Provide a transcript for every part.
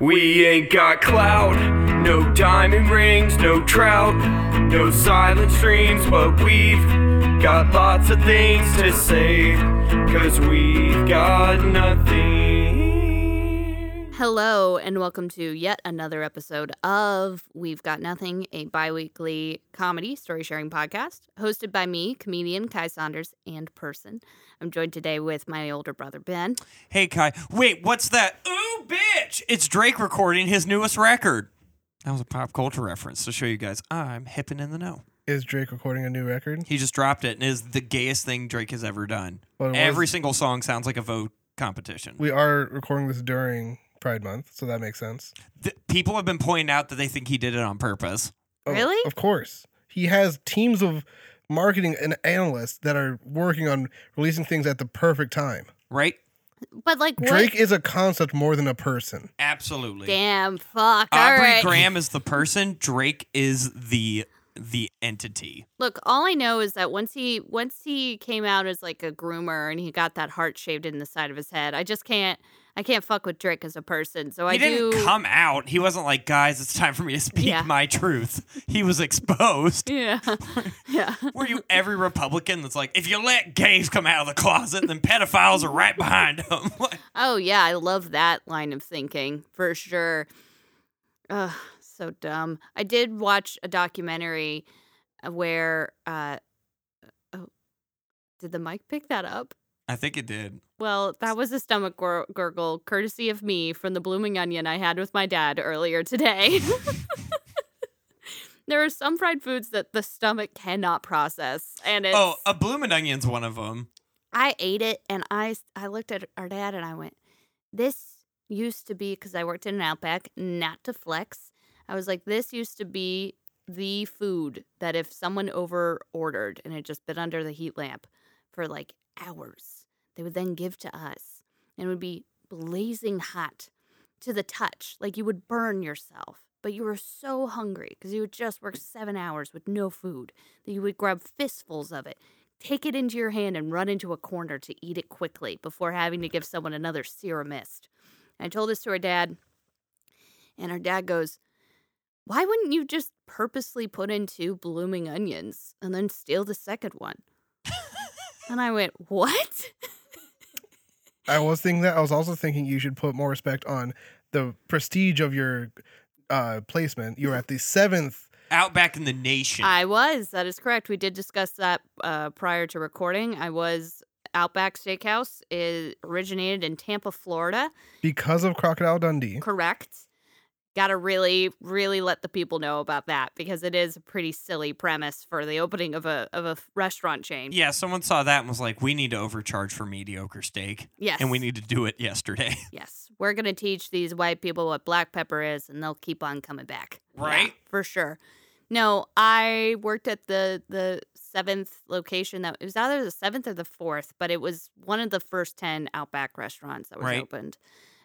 We ain't got clout, no diamond rings, no trout, no silent streams, but we've got lots of things to say, cause we've got nothing. Hello, and welcome to yet another episode of We've Got Nothing, a bi weekly comedy story sharing podcast hosted by me, comedian Kai Saunders, and person. I'm joined today with my older brother, Ben. Hey, Kai. Wait, what's that? Ooh, bitch! It's Drake recording his newest record. That was a pop culture reference to show you guys I'm hip and in the know. Is Drake recording a new record? He just dropped it and is the gayest thing Drake has ever done. Well, it was- Every single song sounds like a vote competition. We are recording this during Pride Month, so that makes sense. Th- people have been pointing out that they think he did it on purpose. Oh, Really? Of course. He has teams of marketing and analysts that are working on releasing things at the perfect time. Right? oh, But, like, what? Drake is a concept more than a person. Absolutely. Damn, fuck. all Aubrey right. Graham is the person. Drake is the the entity. Look, all I know is that once he once he came out as like a groomer and he got that heart shaved in the side of his head, I just can't I can't fuck with Drake as a person. So I he didn't do come out. He wasn't like, guys, it's time for me to speak Yeah. my truth. He was exposed. Yeah. yeah. Were you every Republican that's like, if you let gays come out of the closet, then pedophiles are right behind them? Like, Oh yeah, I love that line of thinking for sure. Ugh, so dumb. I did watch a documentary where uh oh did the mic pick that up? I think it did. Well, that was a stomach gur- gurgle courtesy of me from the blooming onion I had with my dad earlier today. there are some fried foods that the stomach cannot process and it's Oh, a bloomin' onion's one of them. I ate it and I s- I looked at our dad and I went, "This used to be because I worked in an Outback, not to flex. I was like, this used to be the food that if someone over ordered and had just been under the heat lamp for like hours, they would then give to us and it would be blazing hot to the touch, like you would burn yourself." But you were so hungry because you had just worked seven hours with no food that you would grab fistfuls of it take it into your hand and run into a corner to eat it quickly before having to give someone another serum mist. I told this to her dad, and her dad goes, Why wouldn't you just purposely put in two blooming onions and then steal the second one? and I went, What? I was thinking that. I was also thinking you should put more respect on the prestige of your uh, placement. You were at the seventh. Out back in the nation. I was. That is correct. We did discuss that uh, prior to recording. I was. Outback Steakhouse is originated in Tampa, Florida. Because of Crocodile Dundee, correct. Got to really, really let the people know about that because it is a pretty silly premise for the opening of a of a f- restaurant chain. yeah, someone saw that and was like, we need to overcharge for mediocre steak, Yes. and we need to do it yesterday. Yes, we're gonna teach these white people what black pepper is, and they'll keep on coming back. Yeah, Right? for sure. No, I worked at the the seventh location that it was either the seventh or the fourth, but it was one of the first ten Outback restaurants that was Right. opened,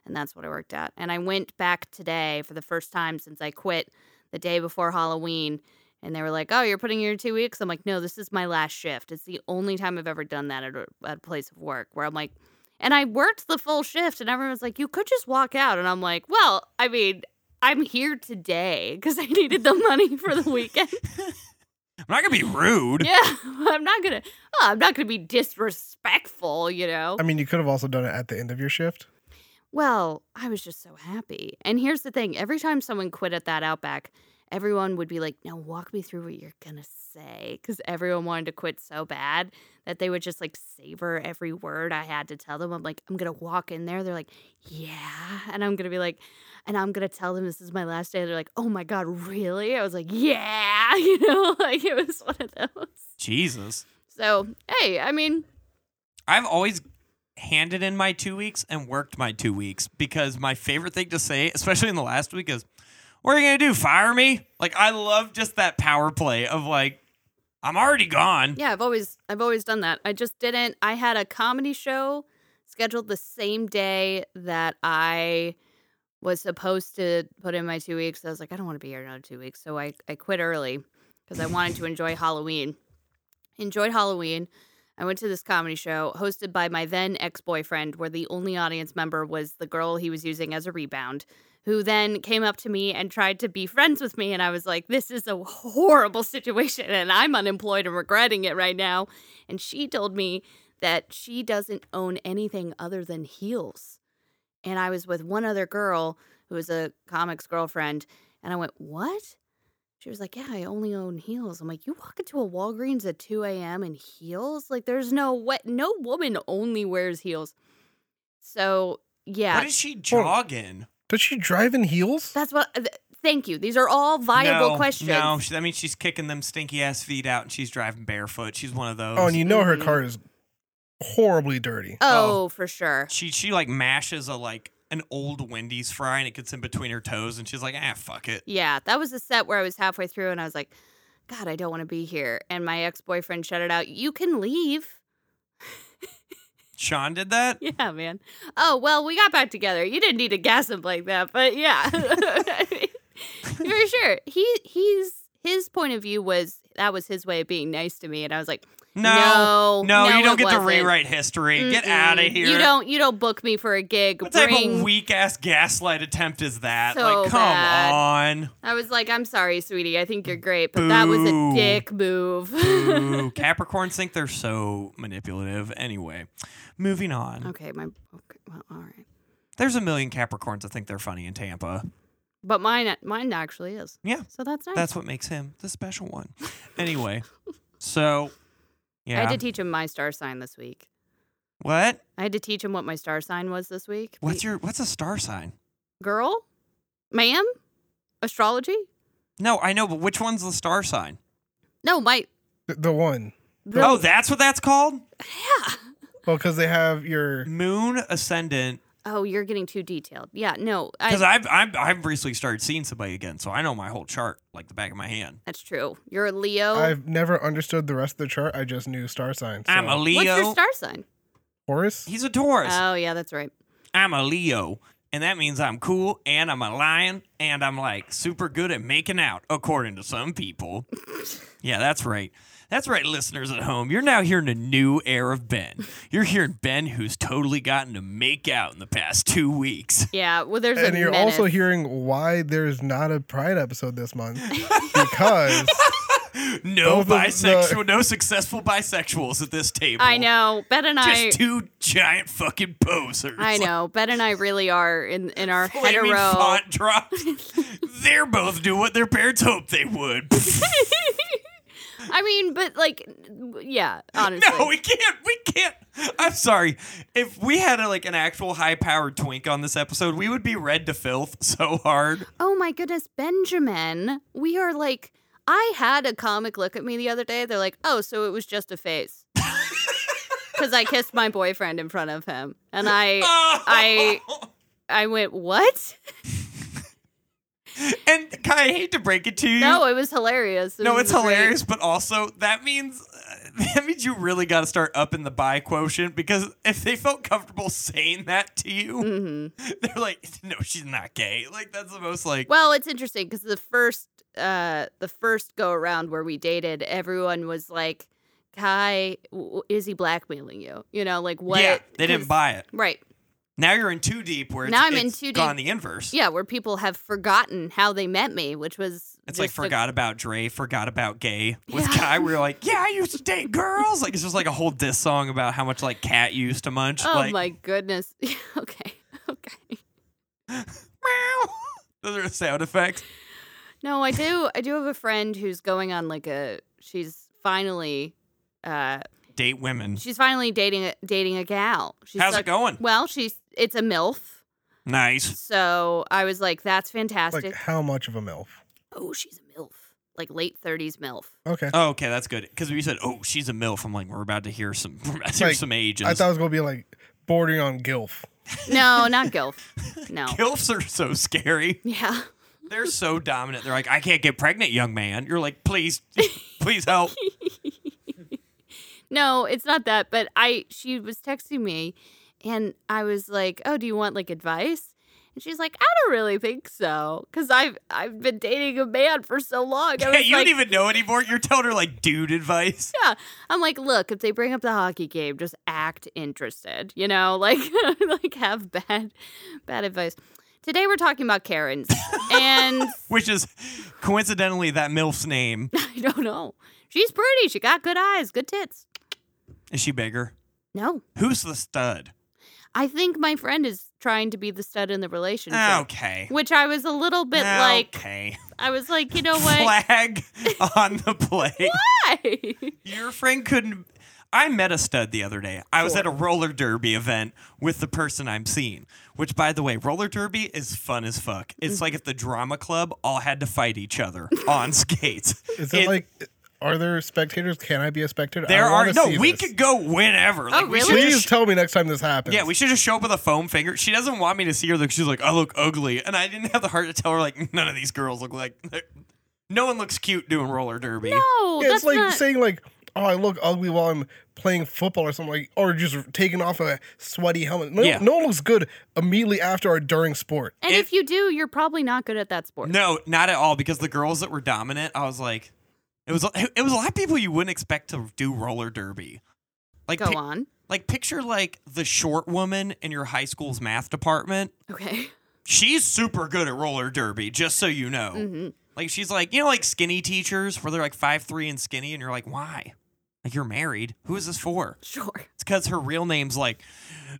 and that's what I worked at. And I went back today for the first time since I quit the day before Halloween. And they were like, "Oh, you're putting in your two weeks." I'm like, "No, this is my last shift. It's the only time I've ever done that at a, at a place of work where I'm like, and I worked the full shift, and everyone's like, you could just walk out. And I'm like, well, I mean, I'm here today because I needed the money for the weekend. I'm not going to be rude. yeah, I'm not gonna, oh, I'm not gonna be disrespectful, you know. I mean, you could have also done it at the end of your shift. Well, I was just so happy. And here's the thing every time someone quit at that Outback, everyone would be like, now walk me through what you're going to say. Because everyone wanted to quit so bad that they would just like savor every word I had to tell them. I'm like, I'm going to walk in there. They're like, yeah. And I'm going to be like, and I'm going to tell them this is my last day. They're like, oh my God, really? I was like, yeah. You know, like it was one of those. Jesus. So, hey, I mean, I've always handed in my two weeks and worked my two weeks because my favorite thing to say, especially in the last week, is, What are you going to do? Fire me? Like, I love just that power play of like, I'm already gone. Yeah, I've always I've always done that. I just didn't. I had a comedy show scheduled the same day that I was supposed to put in my two weeks. I was like, I don't want to be here another two weeks, so I I quit early because I wanted to enjoy Halloween. Enjoyed Halloween. I went to this comedy show hosted by my then ex boyfriend, where the only audience member was the girl he was using as a rebound, who then came up to me and tried to be friends with me. And I was like, this is a horrible situation and I'm unemployed and regretting it right now. And she told me that she doesn't own anything other than heels. And I was with one other girl who was a comics girlfriend. And I went, what? She was like, yeah, I only own heels. I'm like, you walk into a Walgreens at 2 a.m. in heels? Like, there's no what? No woman only wears heels. So, yeah. What is she jogging? Does she drive in heels? That's what. uh, th- Thank you. These are all viable no, questions. No, she- that means she's kicking them stinky ass feet out and she's driving barefoot. She's one of those. Oh, and you know her Mhm. car is horribly dirty. Oh, for sure. she she like mashes a like an old Wendy's fry and it gets in between her toes and she's like, ah, fuck it. Yeah, that was the set where I was halfway through and I was like, God, I don't want to be here. And my ex boyfriend shouted out, You can leave. Sean did that. Yeah, man. Oh, well, we got back together. You didn't need to gas him like that, but yeah. For sure. He he's his point of view was that was his way of being nice to me and I was like, No, No, no, you don't it get to wasn't. rewrite history. Get "Mm-mm. out of here. You don't you don't book me for a gig. What type Bring of weak ass gaslight attempt is that? So like, come bad. on. I was like, I'm sorry, sweetie. I think you're great, but that was Boo. a dick move. Ooh, Capricorns think they're so manipulative. Anyway, moving on. okay, my okay, well, all right. There's a million Capricorns that think they're funny in Tampa. But mine mine actually is. Yeah. So that's nice. That's what makes him the special one. Anyway, so I yeah. had to teach him my star sign this week. what? I had to teach him what my star sign was this week. What's your what's a star sign? girl? Ma'am? Astrology? No, I know, but which one's the star sign? No, my The, the one. the- oh, that's what that's called? yeah. Well, because they have your. Moon ascendant. Oh, you're getting too detailed. Yeah, no, Because I, I've, I've I've recently started seeing somebody again, so I know my whole chart like the back of my hand. that's true. You're a Leo. I've never understood the rest of the chart. I just knew star signs. I'm a so- Leo. What's your star sign? Taurus. He's a Taurus. Oh yeah, that's right. I'm a Leo, and that means I'm cool and I'm a lion and I'm like super good at making out, according to some people. yeah, that's right. That's right, listeners at home. You're now hearing a new air of Ben. You're hearing Ben who's totally gotten to make out in the past two weeks. Yeah, well there's And a you're menace. also hearing why there's not a Pride episode this month because No Both of the- bisexual, no successful bisexuals at this table. I know. Ben and Just I two giant fucking posers. I know. Ben and I really are in in our Flaming hetero font drops. They're both doing what their parents hoped they would. I mean, but like yeah, honestly. No, we can't. We can't. I'm sorry. If we had a, like an actual high powered twink on this episode, we would be red to filth so hard. Oh my goodness, Benjamin. We are like, I had a comic look at me the other day. They're like, oh, so it was just a face. Because I kissed my boyfriend in front of him. And I, Uh, I- I went, what? and Kai, I hate to break it to you. No, it was hilarious. It No, was it's great. hilarious, but also that means that means you really got to start up in the buy quotient because if they felt comfortable saying that to you, Mhm. they're like, "No, she's not gay." Like that's the most like Well, it's interesting because the first, uh, the first go around where we dated, everyone was like, Kai, w- w- is he blackmailing you? You know, like what? yeah, 'cause- they didn't buy it. Right. Now you're in too deep. Where it's, Now I'm in it's too deep. gone the inverse. Yeah, where people have forgotten how they met me, which was It's like just a- forgot about Dre, forgot about gay. With Yeah. Kai, we were like, yeah, I used to date girls. Like it's just like a whole diss song about how much like cat used to munch. Oh like, my goodness. okay. Okay. meow. Those are sound effects. No, I do I do have a friend who's going on like a she's finally uh Date women. she's finally dating a dating a gal. She's How's like- it going? Well, she's it's a MILF. Nice. So I was like, that's fantastic. like how much of a milf? oh, she's a MILF. Like late thirties MILF. Okay, Oh, okay, that's good. Because you said, oh, she's a milf. I'm like, we're about to hear some, we're about to hear Like, some ages. I thought it was gonna be like bordering on gilf. No, not GILF. No. Milfs are so scary. Yeah. They're so dominant. They're like, I can't get pregnant, young man. You're like, please, please help. No, it's not that. But I, she was texting me, and I was like, "Oh, do you want like advice?" And she's like, "I don't really think so, because I've I've been dating a man for so long." I Yeah, was you like, don't even know anymore. You're telling her like dude advice. yeah. I'm like, look, if they bring up the hockey game, just act interested, you know, like like have bad bad advice. Today we're talking about Karens, and which is coincidentally that MILF's name. I don't know. She's pretty. She got good eyes, good tits. Is she bigger? No, Who's the stud? I think my friend is trying to be the stud in the relationship. Okay. Which I was a little bit like, okay. I was like, you know what? Flag on the plate. Why? Your friend couldn't. I met a stud the other day. I was at a roller derby event with the person I'm seeing, which, by the way, roller derby is fun as fuck. Mm-hmm. It's like if the drama club all had to fight each other on skates. Is it, like, are there spectators? Can I be a spectator? I There are wanna no. see We this. could go whenever. Like, we should Oh, really? just Please tell me next time this happens. Yeah, we should just show up with a foam finger. She doesn't want me to see her because she's like, I look ugly. And I didn't have the heart to tell her, like, none of these girls look like. No one looks cute doing roller derby. No, Yeah, that's it's like not. saying like, "Oh, I look ugly while I'm playing football," or something like, or just taking off a sweaty helmet. No, Yeah. no one looks good immediately after or during sport. and it- if you do, you're probably not good at that sport. No, not at all. Because the girls that were dominant, I was like, it was it was a lot of people you wouldn't expect to do roller derby. Like, Go pic- on. like picture like the short woman in your high school's math department. Okay. She's super good at roller derby, just so you know. Mhm. Like she's like, you know, like skinny teachers where they're like five three and skinny, and you're like, why? Like you're married. Who is this for? Sure. It's because her real name's like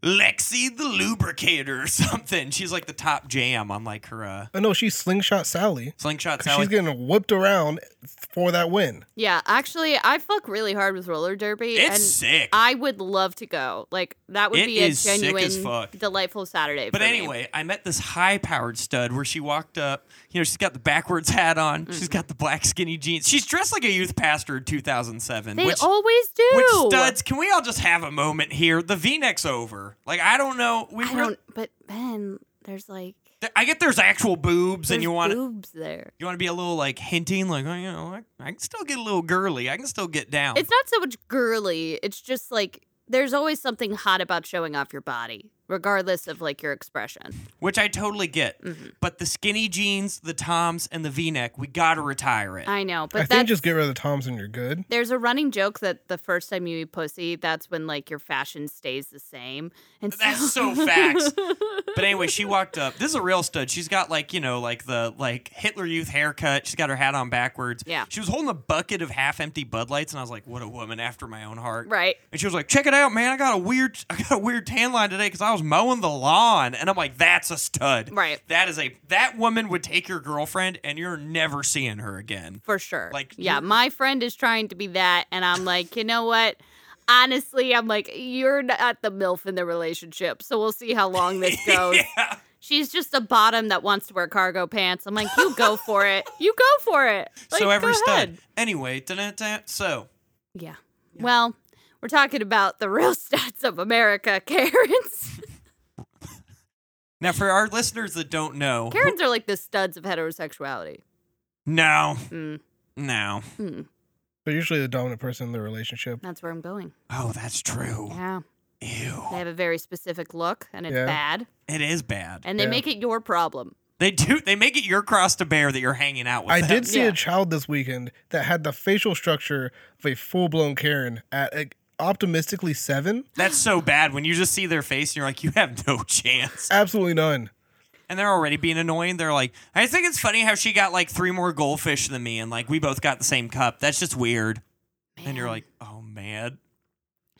Lexi the Lubricator or something. She's like the top jam on like her uh, Oh no, she's slingshot Sally. slingshot 'Cause Sally. She's getting whipped around for that win. Yeah, actually, I fuck really hard with roller derby. it's and sick. I would love to go. Like that would It be a is sick as genuine, fuck. delightful Saturday. but for me. anyway, I met this high-powered stud where she walked up. You know, she's got the backwards hat on. She's got the black skinny jeans. She's dressed like a youth pastor in 2007. they which, always do. which studs? Can we all just have a moment here? The V-neck's over. Like I don't know. We I really- don't. But Ben, there's like Th- I get there's actual boobs, there's and you want to boobs there. you want to be a little like hinting, like oh, you know, I, I can still get a little girly, I can still get down. It's not so much girly. It's just like there's always something hot about showing off your body, regardless of like your expression. which I totally get. Mhm. But the skinny jeans, the toms, and the V-neck, we gotta retire it. I know, I but think that's just get rid of the Toms and you're good. There's a running joke that the first time you eat pussy, that's when like your fashion stays the same. And That's so facts. but anyway, she walked up. This is a real stud. She's got like you know like the like Hitler Youth haircut. She's got her hat on backwards. Yeah. She was holding a bucket of half-empty Bud Lights, and I was like, what a woman after my own heart. right. And she was like, "Check it out, man! I got a weird, I got a weird tan line today because I was mowing the lawn." And I'm like, "That's a stud, Right. That is a that woman would take your girlfriend, and you're never seeing her again." For sure. Like, yeah, you- my friend is trying to be that. And I'm like, you know what? Honestly, I'm like, you're not the MILF in the relationship. So we'll see how long this goes. Yeah. She's just a bottom that wants to wear cargo pants. I'm like, you go for it. You go for it. Like, so every go stud. ahead. Anyway, da-da-da. so Yeah. Well, we're talking about the real stats of America, Karens. now for our listeners that don't know, Karens are like the studs of heterosexuality. no, Mm, no. mm, They're usually the dominant person in the relationship. that's where I'm going. Oh, that's true. Yeah. They Ew, have a very specific look and it's Yeah. bad. it is bad. And they Yeah. make it your problem. They do. They make it your cross to bear that you're hanging out with. I them. did see Yeah. a child this weekend that had the facial structure of a full blown Karen at like, optimistically seven. That's so bad when you just see their face and you're like, you have no chance. Absolutely none. and they're already being annoying. They're like, I just think it's funny how she got like three more goldfish than me, and like we both got the same cup. That's just weird. And you're Man. like, oh man,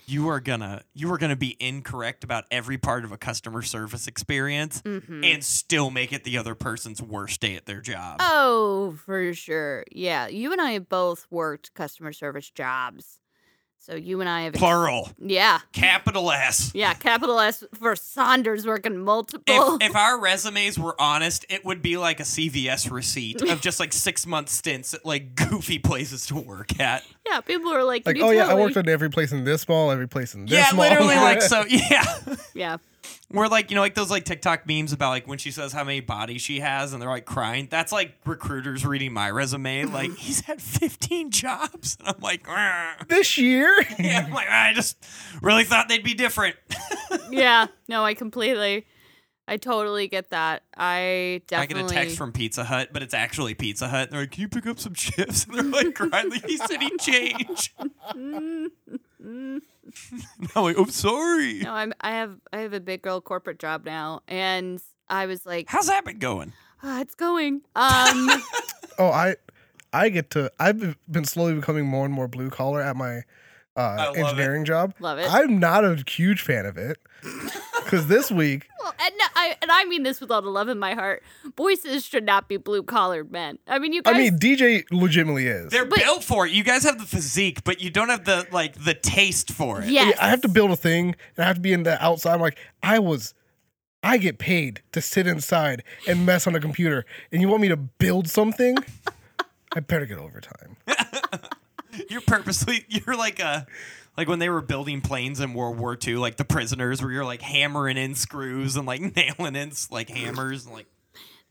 you are gonna you are gonna be incorrect about every part of a customer service experience, Mhm. and still make it the other person's worst day at their job. Oh, for sure. Yeah. You and I have both worked customer service jobs. So you and I have. Plural, yeah. capital S. Yeah. Capital S for Saunders working multiple. If, if our resumes were honest, it would be like a CVS receipt of just like six month stints at like goofy places to work at. yeah. People are like, Can Like, you oh yeah, tell I worked me-" on every place in this mall, every place in this yeah, mall. literally, like, so, yeah. Yeah. We're like, you know, like those like TikTok memes about like when she says how many bodies she has and they're like crying. That's like recruiters reading my resume. Like he's had 15 jobs, and I'm like, "Grr." this year. yeah, I'm like I just really thought they'd be different. Yeah. No, I completely. I totally get that. I I definitely. get a text from Pizza Hut, but it's actually Pizza Hut. And they're like, can you pick up some chips? And they're like crying. Like, he said he change. And I'm like, I'm sorry. No, I'm I have I have a big girl corporate job now and I was like, How's that been going? "Ah, it's going. Um, Oh, I I get to I've been slowly becoming more and more blue collar at my uh, love it. engineering job. Love it. I'm not a huge fan of it. Cuz this week well, and no, I and I mean this with all the love in my heart. Voices should not be blue collared men. I mean, you guys. I mean DJ legitimately is. They're But- built for it. You guys have the physique, but you don't have the like the taste for it. yes. Yeah, I have to build a thing and I have to be in the outside. I'm like, I was, I get paid to sit inside and mess on a computer, and you want me to build something? I better get overtime. You're purposely you're like a like when they were building planes in World War II, like the prisoners where you're like hammering in screws and like nailing in like hammers and like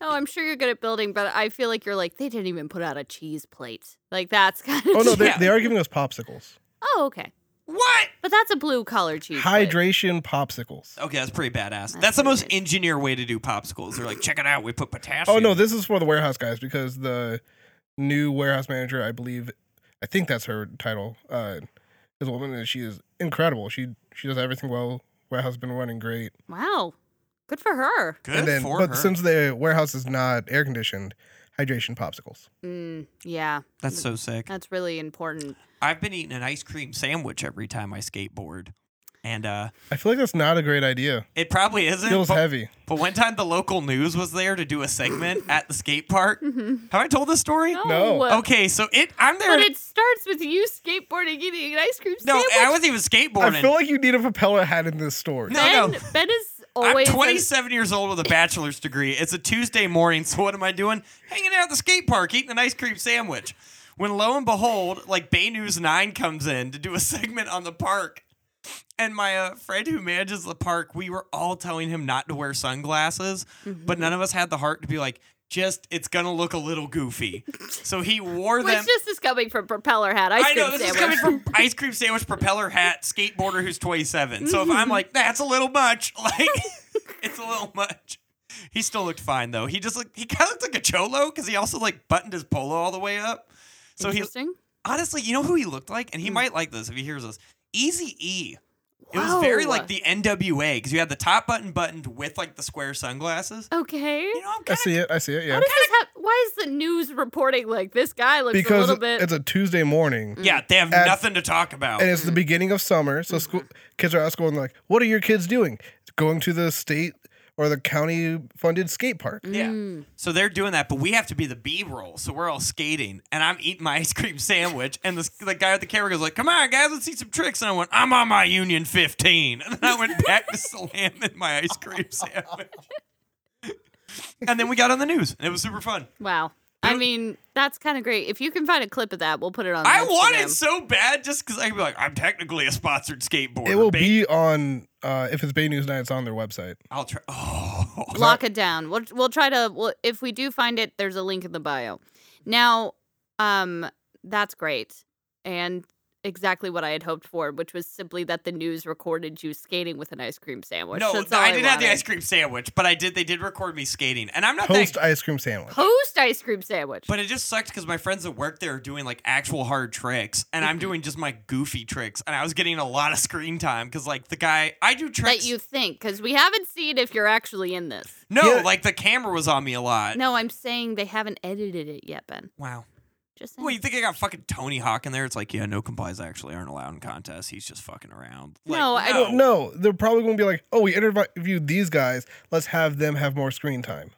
No, Oh, I'm sure you're good at building, but I feel like you're like they didn't even put out a cheese plate. Like that's kind of. Oh no, they, Yeah. they are giving us popsicles, Oh, okay. what? But that's a blue collar cheese. plate. hydration popsicles. Okay, that's pretty badass. That's, That's the pretty most good. engineer way to do popsicles. They're like, check it out, we put potassium. Oh no, this is for the warehouse guys because the new warehouse manager, I believe, I think that's her title, uh, is a woman and she is incredible. She she does everything well. Warehouse has been running great. Wow. Good for her. good and then, for but her. since the warehouse is not air conditioned, hydration popsicles. Mm, yeah, that's so sick. that's really important. I've been eating an ice cream sandwich every time I skateboard. And uh I feel like that's not a great idea. it probably isn't. Feels but- heavy. But one time the local news was there to do a segment at the skate park. Have I told this story? No. Mm-hmm. No. Okay, so it I'm there. But it starts with you skateboarding, eating an ice cream no, sandwich. I wasn't even skateboarding. I feel like you need a propeller hat in this story. No. ben, ben is I'm always. 27 years old with a bachelor's degree. It's a Tuesday morning, so what am I doing? Hanging out at the skate park, eating an ice cream sandwich. When lo and behold, like Bay News 9 comes in to do a segment on the park. And my uh, friend who manages the park, we were all telling him not to wear sunglasses, Mm-hmm. but none of us had the heart to be like, just, it's going to look a little goofy. So he wore Which them. just is coming from Propeller Hat ice I know cream this sandwich. is coming from ice cream sandwich propeller hat skateboarder who's 27. So if Mm-hmm. I'm like that's a little much, like it's a little much. He still looked fine though. He just looked he kind of looked like a cholo because he also like buttoned his polo all the way up. So he Interesting. Hmm. honestly, you know who he looked like, and he might like this if he hears this. Easy E. It was very Whoa. like the NWA because you had the top button buttoned with like the square sunglasses. Okay. You know, I'm I kind see it. I see it. How Yeah. does this hap- why is the news reporting like this guy looks a Because little bit? it's a Tuesday morning of yeah. They have As- nothing to talk about. and it's the beginning of summer. Mm-hmm. So school kids are out of school and they're like, what are your kids doing? Going to the state or the county funded skate park. Yeah. So they're doing that, but we have to be the B roll. So we're all skating, and I'm eating my ice cream sandwich, and this, the guy at the camera goes like, "Come on, guys, let's see some tricks." And I went, "I'm on my Union 15," and then I went back to slamming my ice cream sandwich. and then we got on the news, and it was super fun. wow. I mean, that's kind of great. If you can find a clip of that, we'll put it on. I Instagram. want it so bad just because I could be like, "I'm technically a sponsored skateboarder." It will ba- be on, uh, if it's Bay News Night, it's on their website. I'll try. Oh, Lock it down. We'll we'll try to. We'll, if we do find it, there's a link in the bio. Now, um, that's great, and exactly what I had hoped for, which was simply that the news recorded you skating with an ice cream sandwich. no, That's no, all I didn't have the wanted. ice cream sandwich, but I did. They did record me skating, and I'm not that Post ice cream sandwich. Post ice cream sandwich. But it just sucked because my friends that work there are doing like actual hard tricks, and I'm doing just my goofy tricks, and I was getting a lot of screen time because like the guy I do tricks. that you think, because we haven't seen if you're actually in this. no, Yeah. like the camera was on me a lot. No, I'm saying they haven't edited it yet, Ben. Wow. Just saying. Well, you think I got fucking Tony Hawk in there? It's like, yeah, no complies actually aren't allowed in contests. He's just fucking around. Like, No, I Well, no, they're probably going to be like, oh, we interviewed these guys. Let's have them have more screen time.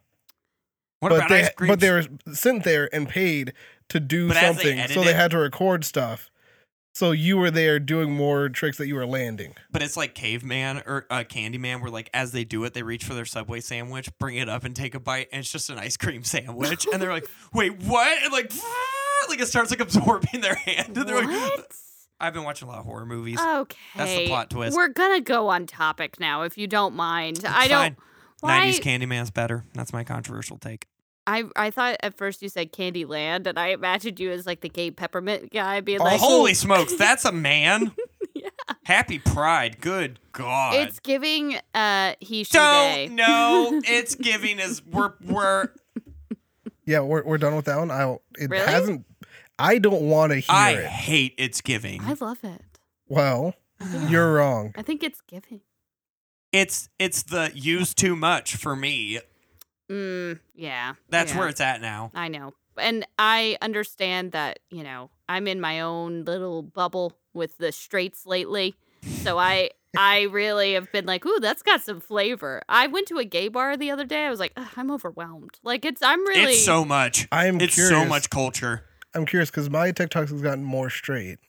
What but about they, ice cream? but they were sent there and paid to do But as they something, edit so they it- had to record stuff. So you were there doing more tricks that you were landing. But it's like Caveman or uh, Candyman, where like as they do it, they reach for their Subway sandwich, bring it up and take a bite, and it's just an ice cream sandwich. and they're like, "Wait, what?" And like, like it starts like absorbing their hand, and they're like, what? Uh, I've been watching a lot of horror movies. Okay. That's the plot twist. We're gonna go on topic now, if you don't mind. I fine. don't. Why? 90s Candyman's better. That's my controversial take. I I thought at first you said Candy Land, and I imagined you as like the gay peppermint guy being like, Oh, holy smokes, that's a man. Happy Pride. Good God. "It's giving uh he she they." don't know. It's giving us we're we're Yeah, we're, we're done with that one. I it Really? hasn't. I don't want to hear I it. hate it's giving. I love it. Well, you're wrong. I think it's giving. It's it's the use too much for me. Mm, yeah. That's yeah. where it's at now. I know. And I understand that, you know, I'm in my own little bubble with the straights lately. So I I really have been like, ooh, that's got some flavor. I went to a gay bar the other day. I was like, "Ugh, I'm overwhelmed. Like it's I'm really It's so much. I'm it's curious. so much culture. I'm curious because my TikToks has gotten more straight.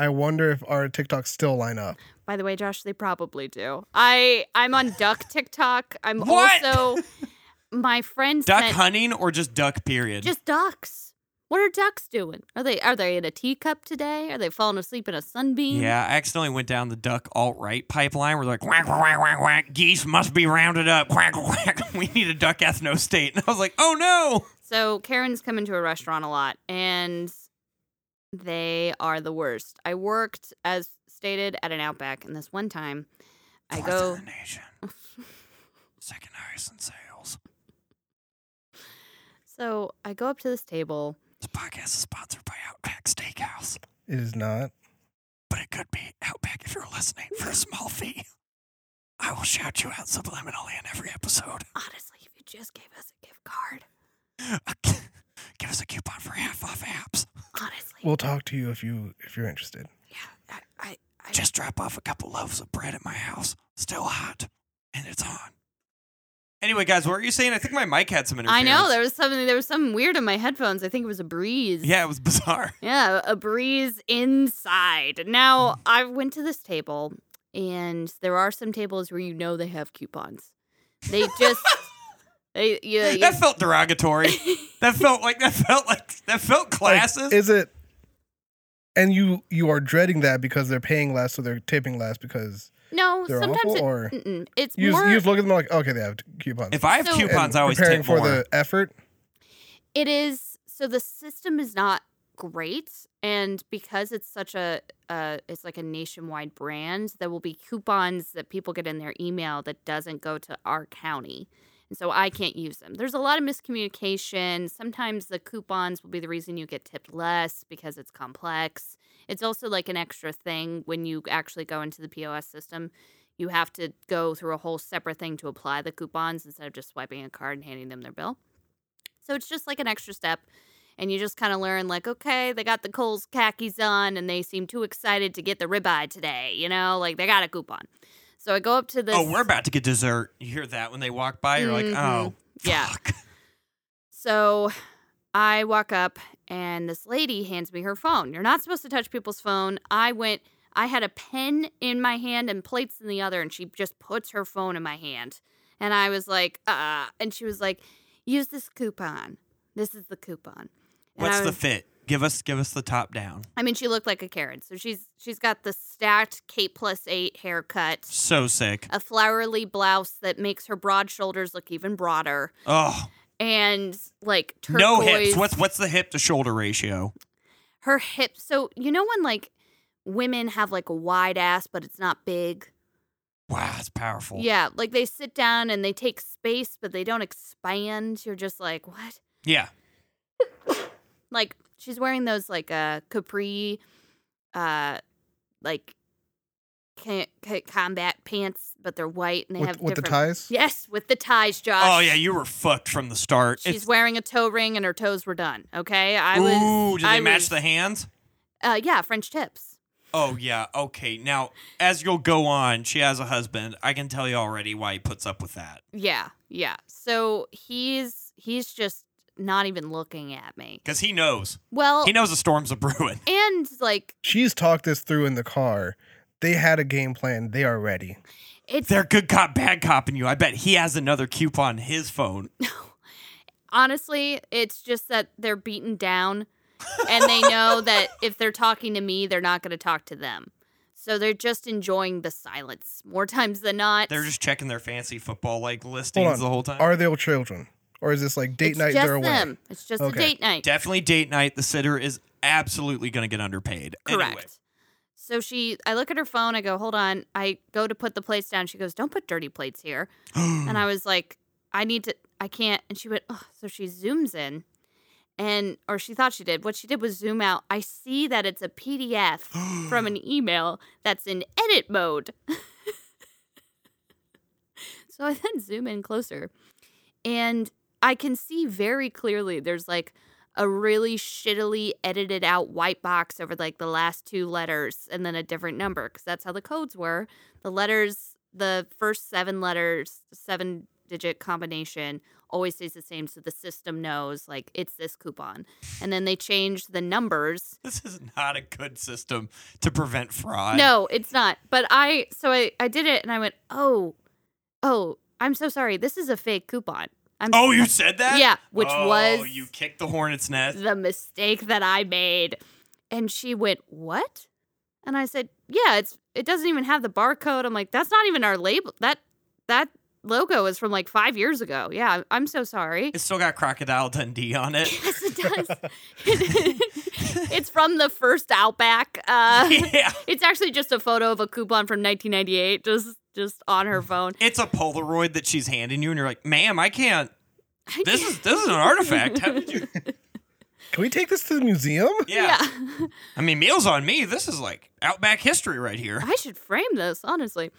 I wonder if our TikToks still line up. By the way, Josh, they probably do. I I'm on duck TikTok. I'm What? also my friends Duck sent hunting or just duck period? just ducks. What are ducks doing? Are they are they in a teacup today? Are they falling asleep in a sunbeam? yeah, I accidentally went down the duck alt right pipeline. We're like, quack, quack, quack, quack, geese must be rounded up. Quack, quack, we need a duck ethno state. And I was like, oh no. So Karen's come into a restaurant a lot and they are the worst. I worked as stated at an Outback and this one time I Fourth in go the nation. Second highest in sales. so I go up to this table. This podcast is sponsored by Outback Steakhouse, It is not. but it could be Outback if you're listening for a small fee. I will shout you out subliminally in every episode. Honestly, if you just gave us a gift card. Give us a coupon for half off apps. Honestly. We'll talk to you if you if you're interested. yeah. I, I, I Just drop off a couple loaves of bread at my house. Still hot, and it's on. Anyway, guys, what were you saying? I think my mic had some I interference. know there was something there was something weird in my headphones. I think it was a breeze. Yeah, it was bizarre. Yeah, a breeze inside. Mm. Now, I went to this table and there are some tables where you know they have coupons. They just they you, you- That felt derogatory. that felt like that felt like that felt Like, classes. is it? And you you are dreading that because they're paying less, so they're tipping less because No, they're sometimes awful, it, or mm-mm, it's you just, more you just look at them like okay they have coupons. if I have so- And coupons, I always preparing tip for more. the effort. it is so the system is not great and because it's such a uh, it's like a nationwide brand there will be coupons that people get in their email that doesn't go to our county and so i can't use them there's a lot of miscommunication sometimes the coupons will be the reason you get tipped less because it's complex it's also like an extra thing when you actually go into the pos system you have to go through a whole separate thing to apply the coupons instead of just swiping a card and handing them their bill so it's just like an extra step. And you just kind of learn, like, okay, they got the Coles khakis on and they seem too excited to get the ribeye today. You know, like they got a coupon. So I go up to this. oh, we're about to get dessert. You hear that when they walk by? You're like, Mm-hmm. oh, Yeah. fuck. So I walk up and this lady hands me her phone. You're not supposed to touch people's phone. I went, I had a pen in my hand and plates in the other, and she just puts her phone in my hand. And I was like, uh, and she was like, use this coupon. This is the coupon. And What's I the was- fit? Give us give us the top down. I mean, she looked like a Karen. So she's she's got the stacked Kate plus eight haircut, So sick. a flowery blouse that makes her broad shoulders look even broader, Oh, and like Uh, turquoise. no hips. What's what's the hip to shoulder ratio? her hips? So you know when like women have like a wide ass, but it's not big. Wow, it's Oh. powerful. Yeah, like they sit down and they take space, but they don't expand. You're just like, what? Yeah. Like she's wearing those like uh capri, uh, like. Ca- ca- combat pants, but they're white and they have With, with the different ties, Yes, with the ties, Josh. Oh yeah, you were fucked from the start. Uh, She's It's- wearing a toe ring and her toes were done. Okay, I was. Ooh, did they I match was- the hands? Uh, yeah, French tips. Oh yeah. Okay. Now, as you'll go on, she has a husband. I can tell you already why he puts up with that. Yeah, yeah. So he's he's just not even looking at me. Because he knows. Well, He knows the storm's a brewing. and like she's talked this through in the car. They had a game plan. They are ready. it's They're good cop, bad cop in you. I bet he has another coupon in his phone. honestly, it's just that they're beaten down, and they know that if they're talking to me, they're not going to talk to them. So they're just enjoying the silence more times than not. They're just checking their fancy football like Hold listings on. the whole time. Are they all children, or is this like date it's night? Just they're away. them. It's just a Okay. date night. Definitely date night. The sitter is absolutely going to get underpaid. Correct. Anyway, So she, I look at her phone. I go, hold on. I go to put the plates down. She goes, don't put dirty plates here. and I was like, I need to, I can't. And she went, oh. So she zooms in, and or she thought she did. What she did was zoom out. I see that it's a PDF from an email that's in edit mode. so I then zoom in closer, And I can see very clearly there's like a really shittily edited out white box over like the last two letters and then a different number because that's how the codes were. The letters, the first seven letters, seven digit combination always stays the same. So the system knows like it's this coupon. And then they changed the numbers This is not a good system to prevent fraud. no, it's not. But I so I I did it and I went, "Oh. Oh, I'm so sorry. This is a fake coupon." I'm Oh, you said that? Yeah, which Oh, was you kicked the hornet's nest. the mistake that I made. And she went, "What?" And I said, "Yeah, it's it doesn't even have the barcode." I'm like, "That's not even our label. That that logo is from like 5 years ago. Yeah, I'm- I'm so sorry." It's still got crocodile Dundee on it. Yes, it does. it's from the first Outback. Uh, yeah. It's actually just a photo of a coupon from 1998, just just on her phone. It's a Polaroid that she's handing you, and you're like, "Ma'am, I can't. This is this is an artifact. How did you? Can we take this to the museum? Yeah. I mean, meals on me. This is like Outback history right here. I should frame this honestly.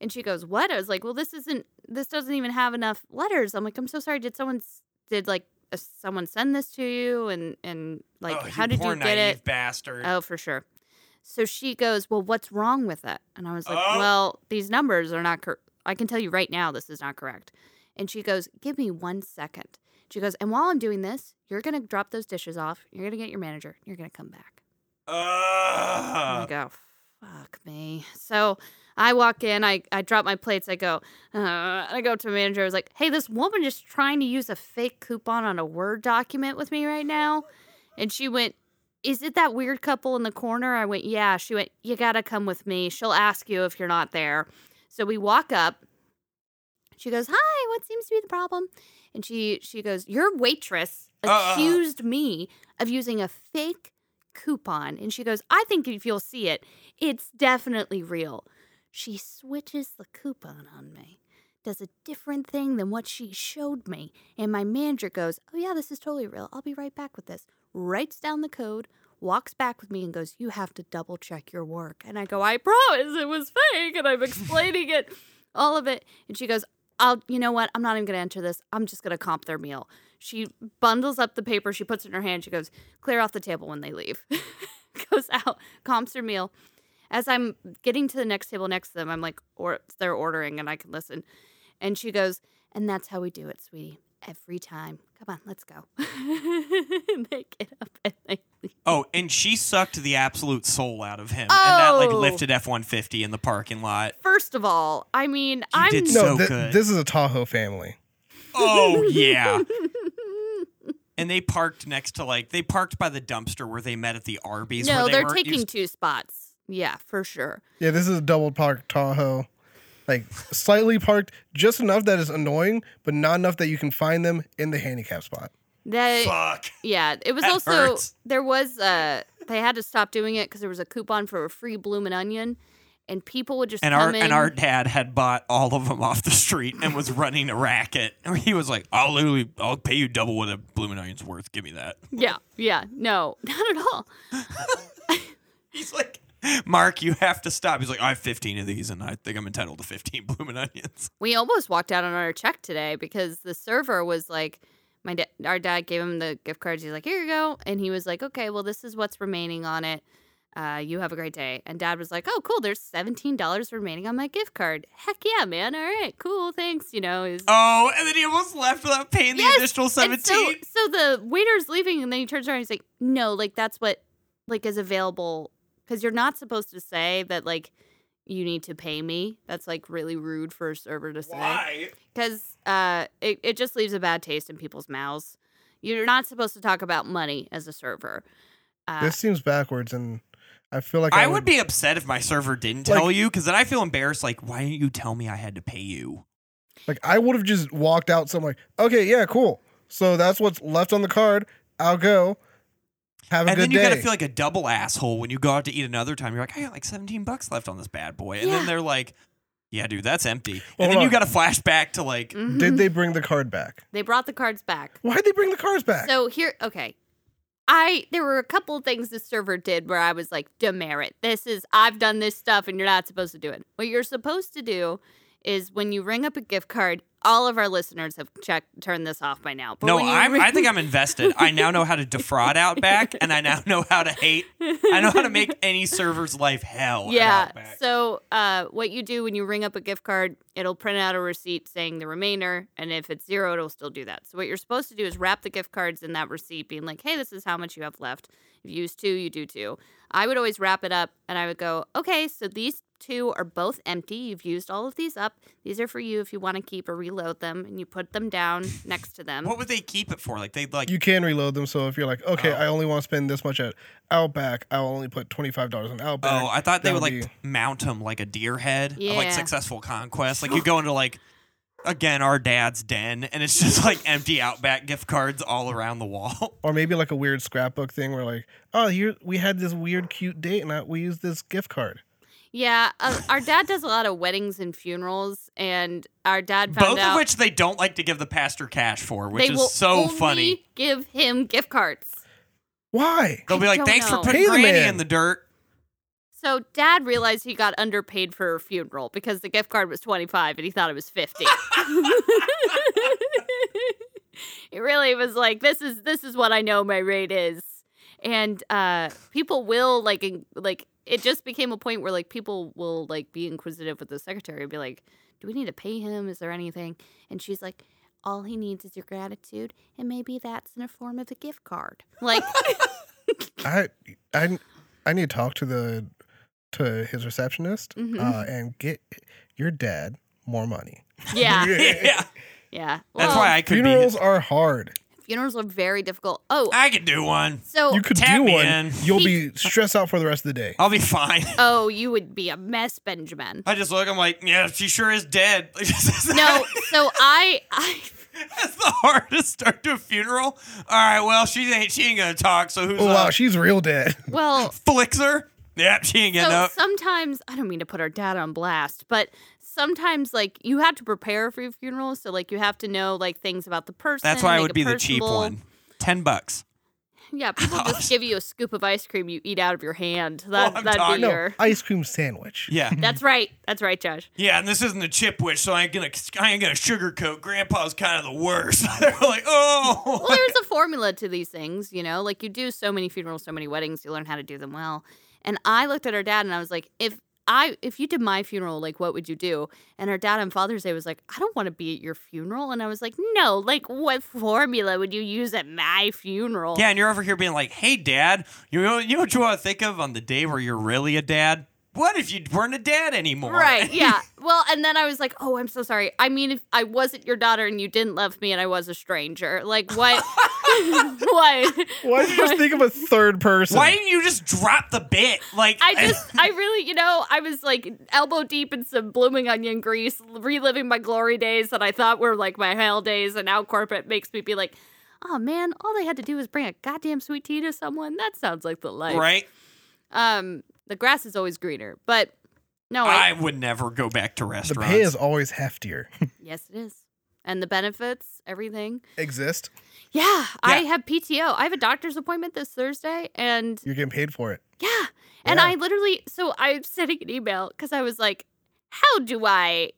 And she goes, "What?" I was like, "Well, this isn't. This doesn't even have enough letters." I'm like, "I'm so sorry. Did someone s- did like uh, someone send this to you? And and like, Oh, how you did poor you get naive it? bastard? Oh, for sure." So she goes, "Well, what's wrong with it?" And I was like, Oh. "Well, these numbers are not. Cor- I can tell you right now, this is not correct." And she goes, "Give me one second. She goes, "And while I'm doing this, you're gonna drop those dishes off. You're gonna get your manager. You're gonna come back." And I Ugh. go, fuck me. So I walk in, I, I drop my plates, I go, uh, and I go to the manager. I was like, hey, this woman is trying to use a fake coupon on a Word document with me right now. And she went, is it that weird couple in the corner? I went, yeah. She went, you got to come with me. She'll ask you if you're not there. So we walk up. She goes, hi, what seems to be the problem? And she, she goes, your waitress Uh, accused me of using a fake coupon. And she goes, I think if you'll see it, it's definitely real. She switches the coupon on me, does a different thing than what she showed me. And my manager goes, Oh, yeah, this is totally real. I'll be right back with this. Writes down the code, walks back with me, and goes, You have to double check your work. And I go, I promise it was fake. And I'm explaining it, all of it. And she goes, I'll, you know what? I'm not even going to enter this. I'm just going to comp their meal. She bundles up the paper she puts it in her hand. She goes, clear off the table when they leave. goes out, comps her meal. As I'm getting to the next table next to them, I'm like, or they're ordering and I can listen. And she goes, and that's how we do it, sweetie. Every time. Come on, let's go. and they get up and they leave. Oh, and she sucked the absolute soul out of him, and that like Oh. lifted F one fifty in the parking lot. First of all, I mean, I'm did No, So thi- good. this is a Tahoe family. Oh yeah. And they parked next to like they parked by the dumpster where they met at the Arby's. where no, they they're were- taking used- two spots. Yeah, for sure. Yeah, this is a double parked Tahoe. Like slightly parked, just enough that is annoying, but not enough that you can find them in the handicap spot. They, Fuck. Yeah, it was That also hurts. there was uh they had to stop doing it because there was a coupon for a free bloomin' onion, and people would just And come our in. and our dad had bought all of them off the street and was running a racket. And he was like, "I'll literally, I'll pay you double what a blooming onion's worth. Give me that." yeah, yeah, no, not at all. He's like, "Mark, you have to stop." He's like, "I have 15 of these, and I think I'm entitled to 15 blooming onions." We almost walked out on our check today because the server was like, my da- our dad gave him the gift cards. He's like, here you go, and he was like, okay, well this is what's remaining on it. Uh, you have a great day. And dad was like, oh cool, there's seventeen dollars remaining on my gift card. Heck yeah, man. All right, cool, thanks. You know, he's- Oh, and then he almost left without paying Yes, the additional And 17. So, so the waiter's leaving, and then he turns around. And he's like, "No, like that's what like is available because you're not supposed to say that like you need to pay me. That's like really rude for a server to say Why? because uh, it it just leaves a bad taste in people's mouths. You're not supposed to talk about money as a server. Uh, This seems backwards, and I feel like I, I would be upset if my server didn't Like- tell you, because then I feel embarrassed. Like, why didn't you tell me I had to pay you? like I would have just walked out. So I'm like, okay, yeah, cool. So that's what's left on the card. I'll go. Have a and good then you day. gotta feel like a double asshole when you go out to eat another time. You're like, I got like 17 bucks left on this bad boy, and Yeah. then they're like, Yeah, dude, that's empty. Hold and then on. you gotta flash back to like, mhm. Did they bring the card back? They brought the cards back. Why'd they bring the cards back? So here, okay. I there were a couple of things the server did where I was like, demerit. This is I've done this stuff and you're not supposed to do it. What you're supposed to do is when you ring up a gift card, all of our listeners have checked turned this off by now. But no, when you I'm, read- I think I'm invested. I now know how to defraud Outback, and I now know how to hate. I know how to make any server's life hell. at Yeah. Outback. So, uh, what you do when you ring up a gift card, it'll print out a receipt saying the remainder, and if it's zero, it'll still do that. So, what you're supposed to do is wrap the gift cards in that receipt, being like, "Hey, this is how much you have left. If you use two, you do two. I would always wrap it up, and I would go, "Okay, so these two are both empty. You've used all of these up. These are for you if you want to keep or reload them, and you put them down next to them." what would they keep it for? Like they like You can reload them. So if you're like, okay, Oh. I only want to spend this much at Outback, I'll only put twenty five dollars on Outback. Oh, I thought they would That'll like mount him like a deer head, of, like Yeah. successful conquest. Like you go into like again our dad's den, and it's just like empty Outback gift cards all around the wall. or maybe like a weird scrapbook thing where like, oh, here we had this weird cute date and I, we used this gift card. Yeah, uh, our dad does a lot of weddings and funerals, and our dad found Both out of which they don't like to give the pastor cash for, which they is will so only funny. Give him gift cards. Why? They'll be I like, don't "Thanks know. for putting Pay the Granny man." in the dirt." So dad realized he got underpaid for her funeral because the gift card was 25 and he thought it was 50. he really was like this is this is what I know my rate is. And uh people will like in, like it just became a point where like people will like be inquisitive with the secretary and be like do we need to pay him is there anything? And she's like all he needs is your gratitude and maybe that's in a form of a gift card. Like I I I need to talk to the to his receptionist Mhm. uh, and get your dad more money. yeah. yeah, Yeah. that's Well, why I could Funerals be. are hard. funerals are very difficult. Oh, I could do one. so You could tap do me one. in. You'll He- be stressed out for the rest of the day. I'll be fine. oh, you would be a mess, Benjamin. I just look. I'm like, yeah, she sure is dead. No, so I, I that's the hardest start to a funeral. All right, well, she ain't. She ain't gonna talk. So who's Oh wow, up? she's real dead. well, flicks her. Yep, she ain't getting so up. sometimes I don't mean to put our dad on blast, but sometimes like you have to prepare for your funeral, so like you have to know like things about the person. That's why I make would it be the cheap personable. one. Ten bucks. Yeah, people just give you a scoop of ice cream you eat out of your hand. That I'm that'd talking- be No. your. Ice cream sandwich. Yeah, That's right. That's right, Josh. yeah, and this isn't a chip wish, so I ain't gonna, I ain't gonna sugarcoat. Grandpa's kind of the worst. They're like, oh, well, there's a formula to these things, you know. Like you do so many funerals, so many weddings, you learn how to do them well. And I looked at our dad and I was like, if I if you did my funeral, like what would you do? And our dad on Father's Day was like, I don't want to be at your funeral. And I was like, no, like what formula would you use at my funeral? yeah. And you're over here being like, hey, dad, you know, you know what you want to think of on the day where you're really a dad? What if you weren't a dad anymore? Right. Yeah. Well, and then I was like, "Oh, I'm so sorry. I mean, if I wasn't your daughter and you didn't love me and I was a stranger, like what? what? Why did you just think of a third person? Why didn't you just drop the bit? Like, I just, I really, you know, I was like elbow deep in some blooming onion grease, reliving my glory days that I thought were like my hell days, and now corporate makes me be like, oh man, all they had to do was bring a goddamn sweet tea to someone. That sounds like the life. right. Um, the grass is always greener, but no, Oh, I, I would never go back to The restaurants. pay is always heftier. yes, it is, and the benefits, everything. Exist. Yeah, I have PTO. I have a doctor's appointment this Thursday, and You're getting paid for it. Yeah. And Yeah. I literally, so I'm sending an email because I was like, how do I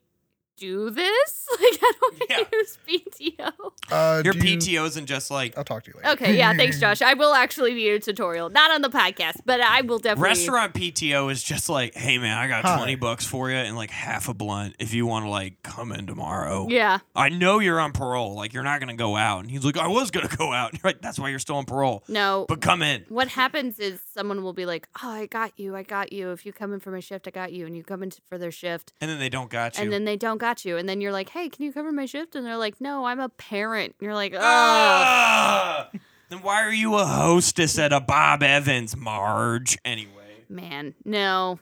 do this? Like, how do I Yeah. use PTO? Uh, Your do you- PTO isn't just like I'll talk to you later. Okay. Yeah. Thanks, Josh. I will actually need a tutorial. Not on the podcast, but I will definitely. Restaurant PTO is just like, hey man, I got Hi. twenty bucks for you and like half a blunt if you want to like come in tomorrow. Yeah. I know you're on parole, like you're not gonna go out. And he's like, I was gonna go out. And you're like, that's why you're still on parole. No. But come in. what happens is someone will be like, oh, I got you. I got you. If you come in for my shift, I got you. And you come in for their shift. And then they don't got you. And then they don't got you. And then you're like, hey, can you cover my shift? And they're like, no, I'm a parent. And you're like, oh. Ah! then why are you a hostess at a Bob Evans, Marge? Anyway. Man. No.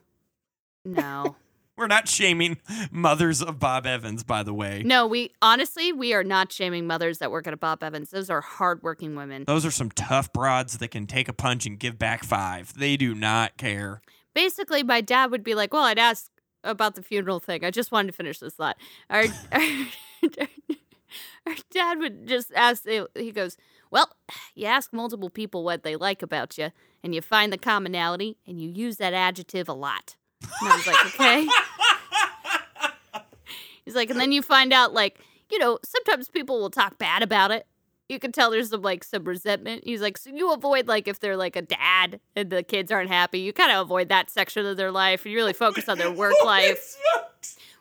No. We're not shaming mothers of Bob Evans, by the way. No, we honestly we are not shaming mothers that work at a Bob Evans. Those are hardworking women. Those are some tough broads that can take a punch and give back five. They do not care. Basically, my dad would be like, "Well, I'd ask about the funeral thing. I just wanted to finish this thought." Our our, our dad would just ask. eh, He goes, "Well, you ask multiple people what they like about you, and you find the commonality, and you use that adjective a lot." And I was like, "Okay." He's like, and then you find out like you know, sometimes people will talk bad about it. You can tell there's some like some resentment. He's like, so you avoid like if they're like a dad and the kids aren't happy, you kind of avoid that section of their life and you really focus on their work life.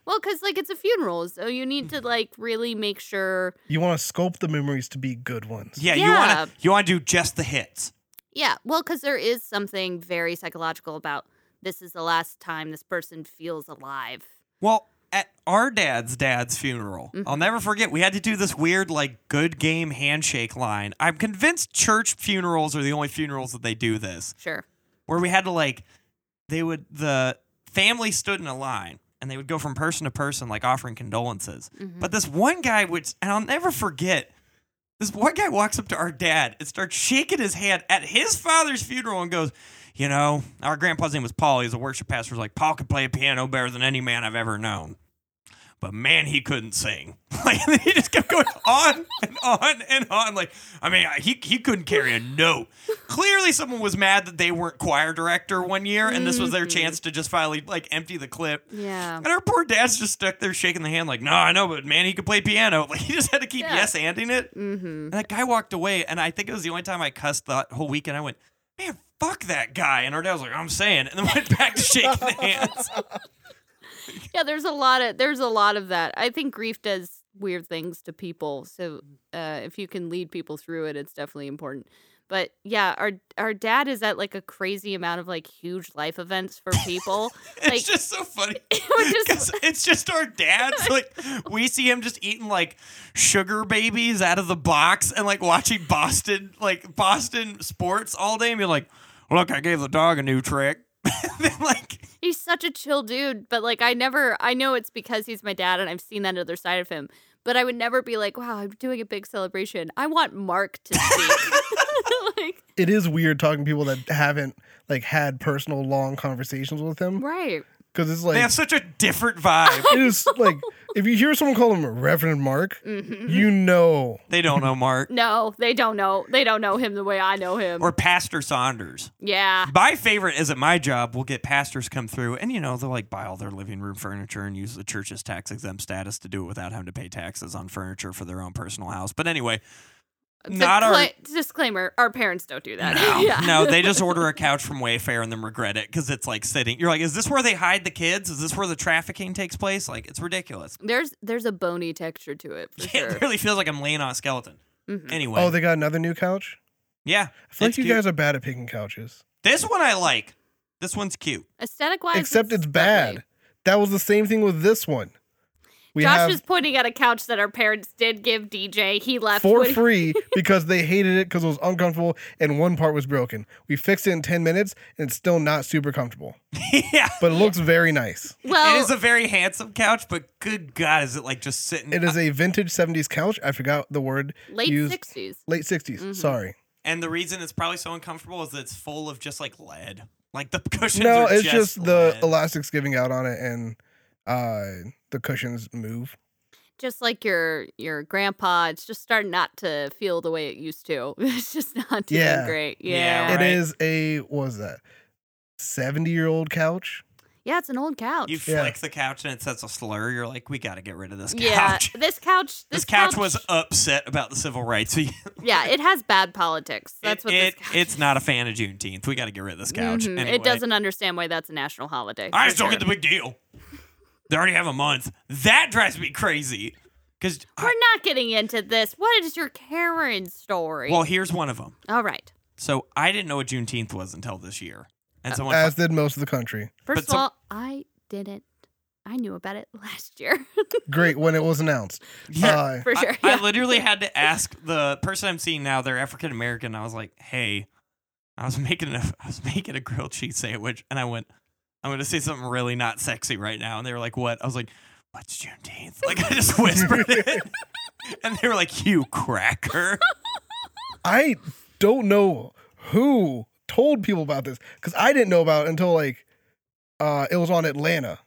Well, because like it's a funeral, so you need to like really make sure. You want to sculpt the memories to be good ones. Yeah, you Yeah. want to you want to do just the hits. Yeah, well, because there is something very psychological about this is the last time this person feels alive. Well, at our dad's dad's funeral, I'll never forget, we had to do this weird, like, good game handshake line. I'm convinced church funerals are the only funerals that they do this, Sure. where we had to, like, they would, the family stood in a line and they would go from person to person, like, offering condolences. But this one guy would, and I'll never forget, this one guy walks up to our dad and starts shaking his hand at his father's funeral and goes, you know, our grandpa's name was Paul. He was a worship pastor. He was like, Paul could play piano better than any man I've ever known. But man, he couldn't sing. Like and he just kept going on and on and on. Like, I mean, he he couldn't carry a note. Clearly, someone was mad that they weren't choir director one year, and this was their chance to just finally like empty the clip. Yeah. And our poor dad's just stuck there shaking the hand, like, no, I know, but man, he could play piano. Like, he just had to keep Yeah. yes anding it. Mm-hmm. And that guy walked away, and I think it was the only time I cussed that whole weekend. I went, man, fuck that guy. And our dad was like, I'm saying. And then went back to shaking hands. Yeah, there's a lot of there's a lot of that. I think grief does weird things to people. So uh, if you can lead people through it, it's definitely important. But yeah, our our dad is at like a crazy amount of like huge life events for people. It's like just so funny. was just- 'Cause it's just our dads. Like, we see him just eating like sugar babies out of the box and like watching Boston, like Boston sports all day and be like, look, I gave the dog a new trick. and then, like, he's such a chill dude but like i never i know it's because he's my dad and i've seen that other side of him but i would never be like wow i'm doing a big celebration i want mark to speak like It is weird talking to people that haven't like had personal long conversations with him right because it's like they have such a different vibe. it is like if you hear someone call him Reverend Mark, hmm you know they don't know Mark no they don't know they don't know him the way i know him or Pastor Saunders. yeah My favorite is at my job, we'll get pastors come through and, you know, they'll like buy all their living room furniture and use the church's tax exempt status to do it without having to pay taxes on furniture for their own personal house. But anyway, not Discla- our. disclaimer our parents don't do that No, yeah no, they just order a couch from Wayfair and then regret it because it's like sitting. You're like, is this where they hide the kids? Is this where the trafficking takes place? Like, it's ridiculous. there's there's a bony texture to it for sure It really feels like I'm laying on a skeleton. Mhm. Anyway, oh they got another new couch. yeah, I feel it's like you cute. guys are bad at picking couches. This one I like. This one's cute. aesthetic wise Except it's bad. That was the same thing with this one. We Josh have is pointing at a couch that our parents did give DJ. He left for when- free because they hated it because it was uncomfortable and one part was broken. We fixed it in 10 minutes and it's still not super comfortable, yeah. but it looks very nice. Well, it is a very handsome couch, but good God, is it like just sitting? It is a vintage 70s couch. I forgot the word. late used- 60s. Late 60s. Sorry. and the reason it's probably so uncomfortable is that it's full of just like lead. Like the cushions. No, are it's just, just, the lead. elastics giving out on it and uh, the cushions move. Just like your your grandpa, it's just starting not to feel the way it used to. It's just not doing Yeah. great. Yeah, Yeah. Yeah, right. It is a, what was that? 70 year old couch. it's an old couch. You Yeah. flick the couch and it says a slur. You're like, we got to get rid of this couch. yeah, this couch. This, This couch, was upset about the civil rights. Yeah, it has bad politics. That's what it, this couch. It's not a fan of Juneteenth. We got to get rid of this couch. Mhm. Anyway, It doesn't understand why that's a national holiday. for I just don't sure. get the big deal. They already have a month. That drives me crazy. Because We're not getting into this. What is your Karen story? well, here's one of them. All right. So I didn't know what Juneteenth was until this year, and someone As did most of the country. First of some- all, I didn't. I knew about it last year Great when it was announced. Yeah. Uh, for sure. I, I yeah. literally had to ask the person I'm seeing now. They're African American. I was like, "Hey, I was making a I was making a grilled cheese sandwich," and I went, "I'm gonna say something really not sexy right now." And they were like, "What?" I was like, "What's Juneteenth?" Like I just whispered it, and they were like, "You cracker." I don't know who told people about this because I didn't know about it until like uh it was on Atlanta,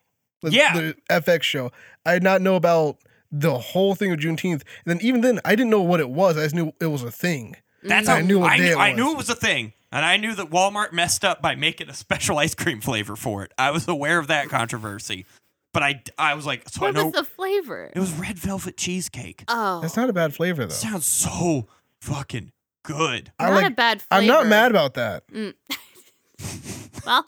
the, Yeah. the FX show. I did not know about the whole thing of Juneteenth, and then even then I didn't know what it was. I just knew it was a thing. That's Mm-hmm. I how knew what I, day knew, it I was. knew it was a thing, and I knew that Walmart messed up by making a special ice cream flavor for it. I was aware of that controversy, But I, I was like, so I What know was the flavor? it was red velvet cheesecake. oh, That's not a bad flavor though. Sounds so fucking good. I not like. a bad flavor. I'm not mad about that. Mm. well,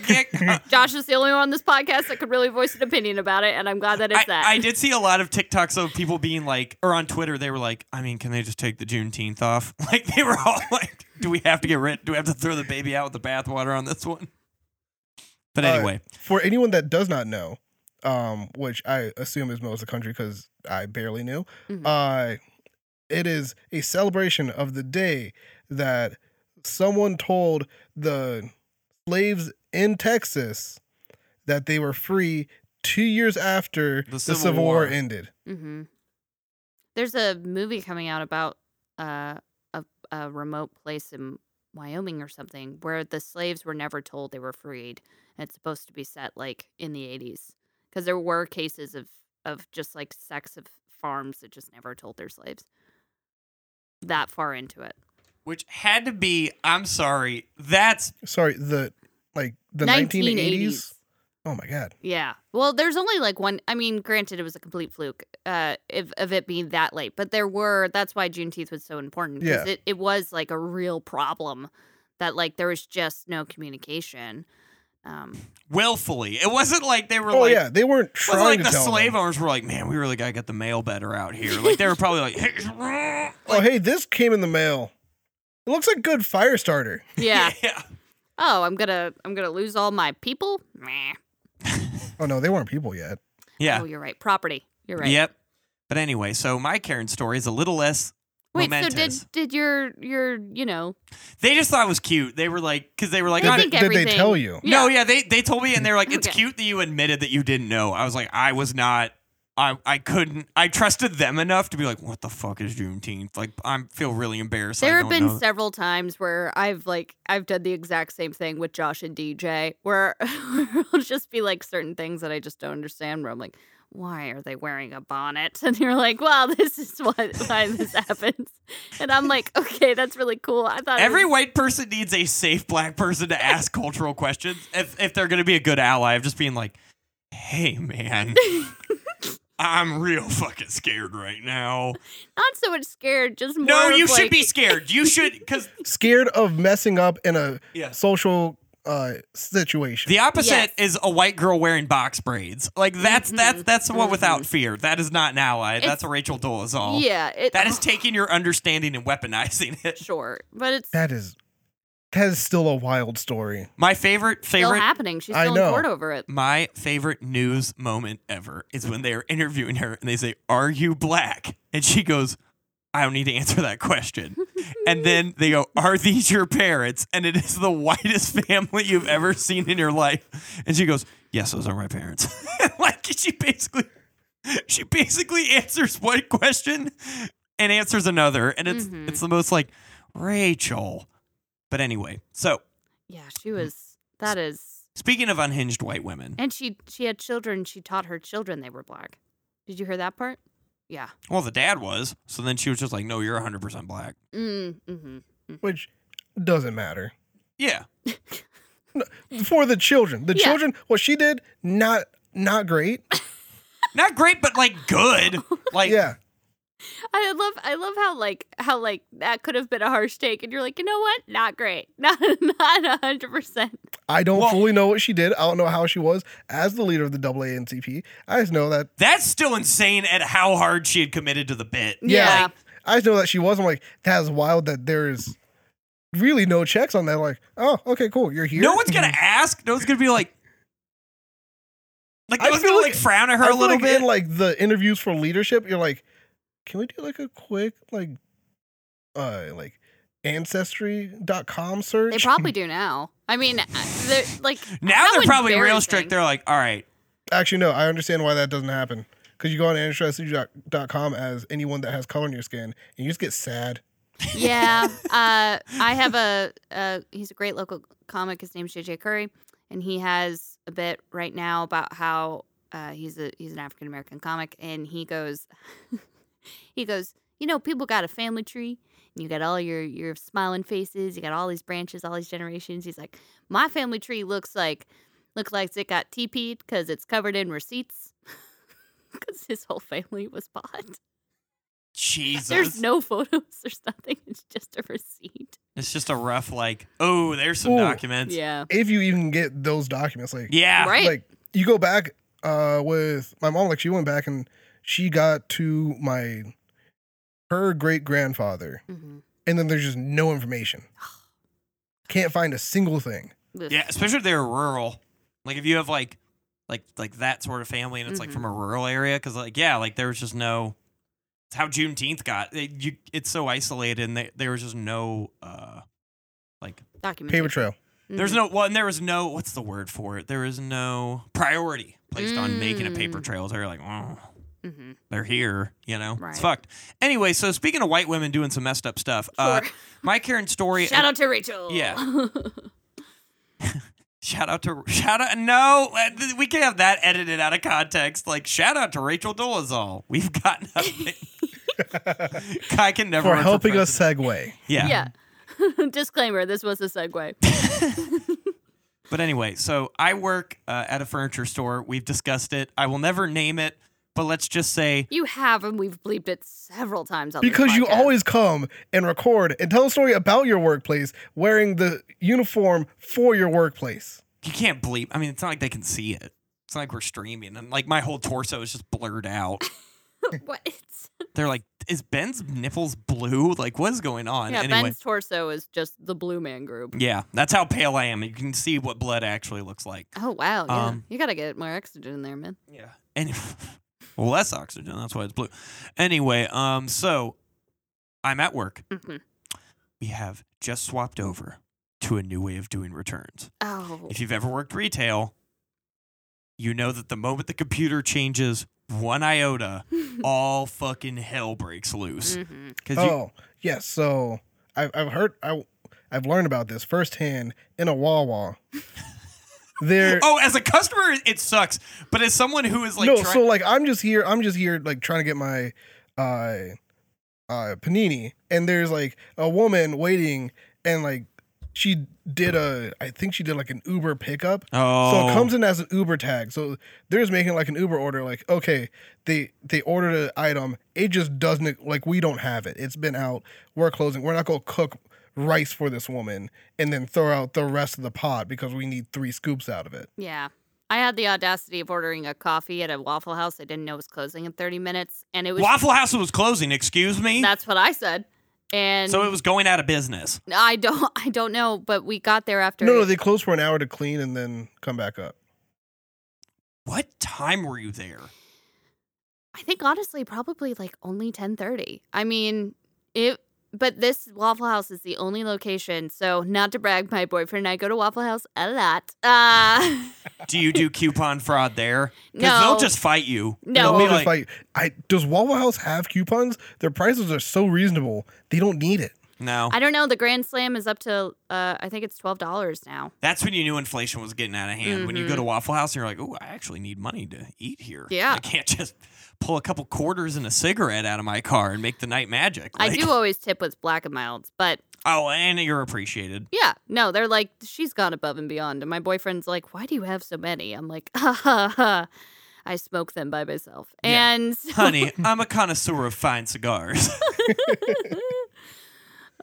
can't. uh, Josh is the only one on this podcast that could really voice an opinion about it, and I'm glad that it's I, that. I did see a lot of TikToks of people being like, or on Twitter, they were like, I mean, can they just take the Juneteenth off? Like they were all like, do we have to get rid? Do we have to throw the baby out with the bathwater on this one? But Uh, anyway, For anyone that does not know, um, which I assume is most of the country because I barely knew, Mhm. uh, it is a celebration of the day that someone told the slaves in Texas that they were free two years after the Civil, War. ended. Mm-hmm. There's a movie coming out about uh, a a remote place in Wyoming or something where the slaves were never told they were freed. And it's supposed to be set like in the 80s because there were cases of of just like sex of farms that just never told their slaves that far into it. which had to be. I'm sorry. That's Sorry, the like the 1980s. Oh my god. Yeah. Well, there's only like one. I mean, granted, it was a complete fluke uh, if, of it being that late, but there were. That's why Juneteenth was so important. 'cause Yeah. It, it was like a real problem that like there was just no communication. Um, willfully. It wasn't like they were Oh like. yeah, they weren't It trying wasn't like to the tell slave them. owners were like, man, we really gotta get the mail better out here. Like they were probably like, hey, oh hey, this came in the mail. It looks like good fire starter. yeah. yeah. oh, I'm gonna I'm gonna lose all my people. Meh. Oh no, they weren't people yet. Yeah. Oh, you're right. Property. You're right. Yep. But anyway, so my Karen story is a little less Wait. So momentous. did did your your you know? they just thought it was cute. They were like, because they were like, They "Oh, think did they everything- tell you? no, yeah, they they told me, and they were like, it's Okay. cute that you admitted that you didn't know. I was like, I was not. I, I couldn't I trusted them enough to be like what the fuck is Juneteenth like I feel really embarrassed I There have don't been know. several times where I've like I've done the exact same thing with Josh and DJ, where it'll just be like certain things that I just don't understand. Where I'm like, why are they wearing a bonnet? And you're like, well, this is what why this happens. And I'm like, okay, that's really cool. I thought it Every was- white person needs a safe black person to ask cultural questions if, if they're going to be a good ally of just being like, hey, man, I'm real fucking scared right now. not so much scared, just more No, of, you should like- be scared. You should, because Scared of messing up in a Yeah. social uh, situation. the opposite Yes. Mm-hmm. is a white girl wearing box braids. Like, that's that's that's the one without fear. That is not an ally. that's It's- a Rachel Dolezal. Yeah, it, That is taking your understanding and weaponizing it. sure, but it's that is that is still a wild story. My favorite, still favorite happening. She's I still know. in court over it. My favorite news moment ever is when they are interviewing her and they say, Are you black? And she goes, I don't need to answer that question. and then they go, Are these your parents? And it is the whitest family you've ever seen in your life. And she goes, Yes, those are my parents. like she basically she basically answers one question and answers another. And it's Mhm. it's the most like Rachel. But anyway, so Yeah, Mm. she was. That is speaking of unhinged white women. And she she had children. She taught her children they were black. Did you hear that part? Yeah. Well, the dad was. So then she was just like, no, you're 100% black. Mm, hmm Which doesn't matter. Yeah. For the children. The Yeah. children what she did, not not great. Not great, but like good. Like, yeah. I love I love how like how like that could have been a harsh take, and you're like, you know what? Not great. Not not hundred percent. I don't Well- fully know what she did. I don't know how she was as the leader of the AANCP. I just know that that's still insane at how hard she had committed to the bit. Yeah. Yeah. I just know that she was. I'm like, that is wild that there is really no checks on that. Like, oh, okay, cool. You're here. No one's going to ask. No one's going to be like, like, I no one's feel going to like- like frown at her I a feel little like bit. in like the interviews for leadership, you're like, can we do like a quick like uh like ancestry.com search? They probably do now. I mean, uh, they're like now how they're probably real embarrassing. strict. They're like, all right, Actually, no, I understand why that doesn't happen. Because you go on ancestry.com as anyone that has color in your skin and you just get sad. yeah. Uh, I have a, uh he's a great local comic. His name's JJ Curry, and he has a bit right now about how uh, he's a he's an African American comic, and he goes, he goes, you know, people got a family tree, and you got all your your smiling faces, you got all these branches, all these generations. He's like, my family tree looks like Looks like it got TP'd because it's covered in receipts. Because his whole family was bought. Jesus. There's no photos. There's nothing. It's just a receipt. It's just a rough like, oh, there's some Ooh. documents. yeah. If you even get those documents, like Yeah. Right. like you go back uh with my mom like she went back and she got to my her great grandfather Mhm. and then there's just no information can't find a single thing Ugh. Yeah, especially if they're rural. Like if you have like like like that sort of family and it's Mm-hmm. like from a rural area cuz like yeah, like there was just no it's how Juneteenth got. It, you, it's so isolated and they, there was just no uh like Document. Mm-hmm. paper trail there's no well and there was no what's the word for it? There is no priority placed on making a paper Mm. trail. They're like, "Oh, hmm they're here, you know. Right. It's fucked." Anyway, so speaking of white women doing some messed up stuff, uh Sure. my Karen story Shout out to Rachel. Yeah. Shout out to shout out. No, uh, th- we can have that edited out of context. Like shout out to Rachel Dolezal. We've gotten. I can never for run helping us president. segue Yeah. yeah. Disclaimer: This was a segue. But anyway, so I work uh, at a furniture store. We've discussed it. I will never name it, but let's just say You have, and we've bleeped it several times on this because you podcast. always come and record and tell a story about your workplace wearing the uniform for your workplace you can't bleep. I mean, it's not like they can see it. It's not like we're streaming, and like my whole torso is just blurred out. what? It's, They're like, "Is Ben's nipples blue? Like, what is going on?" yeah, anyway, Ben's torso is just the Blue Man Group. yeah, that's how pale I am. You can see what blood actually looks like. Oh wow, yeah, Um, you gotta get more oxygen in there, man. Yeah. And well, less oxygen. That's why it's blue. Anyway, um, so I'm at work. Mhm. We have just swapped over to a new way of doing returns. Oh, If you've ever worked retail, you know that the moment the computer changes one iota, all fucking hell breaks loose. Mhm. Because oh yes so I've, I've heard I, i've learned about this firsthand in a wawa there oh, as a customer, it- it sucks. But as someone who is like, no, try- so like I'm just here. I'm just here, like trying to get my uh, uh, panini, and there's like a woman waiting, and like she did a, I think she did like an Uber pickup. oh, So it comes in as an Uber tag. So they're just making like an Uber order. Like okay, they they ordered an item. It just doesn't like we don't have it. It's been out. We're closing. We're not gonna cook rice for this woman and then throw out the rest of the pot because we need three scoops out of it. yeah. I had the audacity of ordering a coffee at a Waffle House I didn't know was closing in 30 minutes, and it was Waffle House was closing. Excuse me. that's what I said. And So it was going out of business. I don't, I don't know, but we got there after. No, no, they close for an hour to clean and then come back up. What time were you there? I think honestly, probably like only ten thirty. I mean, it. But this Waffle House is the only location. So not to brag, my boyfriend and I go to Waffle House a lot. Uh, Do you do coupon fraud there? 'Cause No. they'll just fight you. No. They'll They'll be Well, just like, like, I does Wawa House have coupons? Their prices are so reasonable; they don't need it. no. I don't know. The Grand Slam is up to uh, I think it's twelve dollars now. That's when you knew inflation was getting out of hand. When you go to Waffle House and you're like, oh, I actually need money to eat here. Mm-hmm. Yeah. I can't just pull a couple quarters and a cigarette out of my car and make the night magic. I Like, do always tip with Black and Milds, but Oh, and you're appreciated. yeah, no, they're like she's gone above and beyond. And my boyfriend's like, "Why do you have so many?" I'm like, "Ha ha ha." I smoke them by myself, Yeah. and so, Honey, I'm a connoisseur of fine cigars.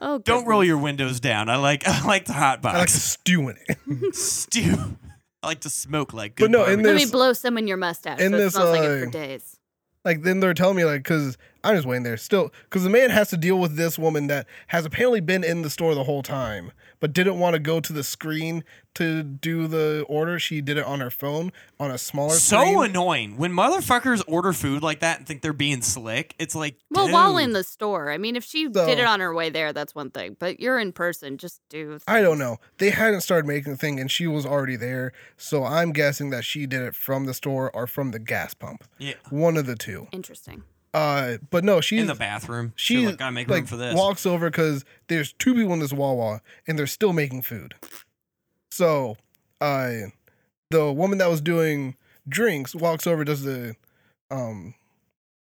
oh, don't roll goodness. your windows down. I like I like the hot I like box. to stew in it. Stew. I like to smoke like But good. no, in barbecue. Let me this- blow some in your mustache. in so it this, smells like it uh, for days. like then they're telling me like, because I'm just waiting there still, because the man has to deal with this woman that has apparently been in the store the whole time, but didn't want to go to the screen to do the order. She did it on her phone on a smaller so screen. annoying when motherfuckers order food like that and think they're being slick. It's like Well, while dude. in the store, I mean, if she So- did it on her way there, that's one thing. But you're in person, just do. I don't know. They hadn't started making the thing, and she was already there. So I'm guessing that she did it from the store or from the gas pump. yeah. One of the two. Interesting. Uh, but no, she's in the bathroom. She She's like, gotta make room like, for this. walks over because there's two people in this Wawa and they're still making food. So, uh, the woman that was doing drinks walks over, does the, um,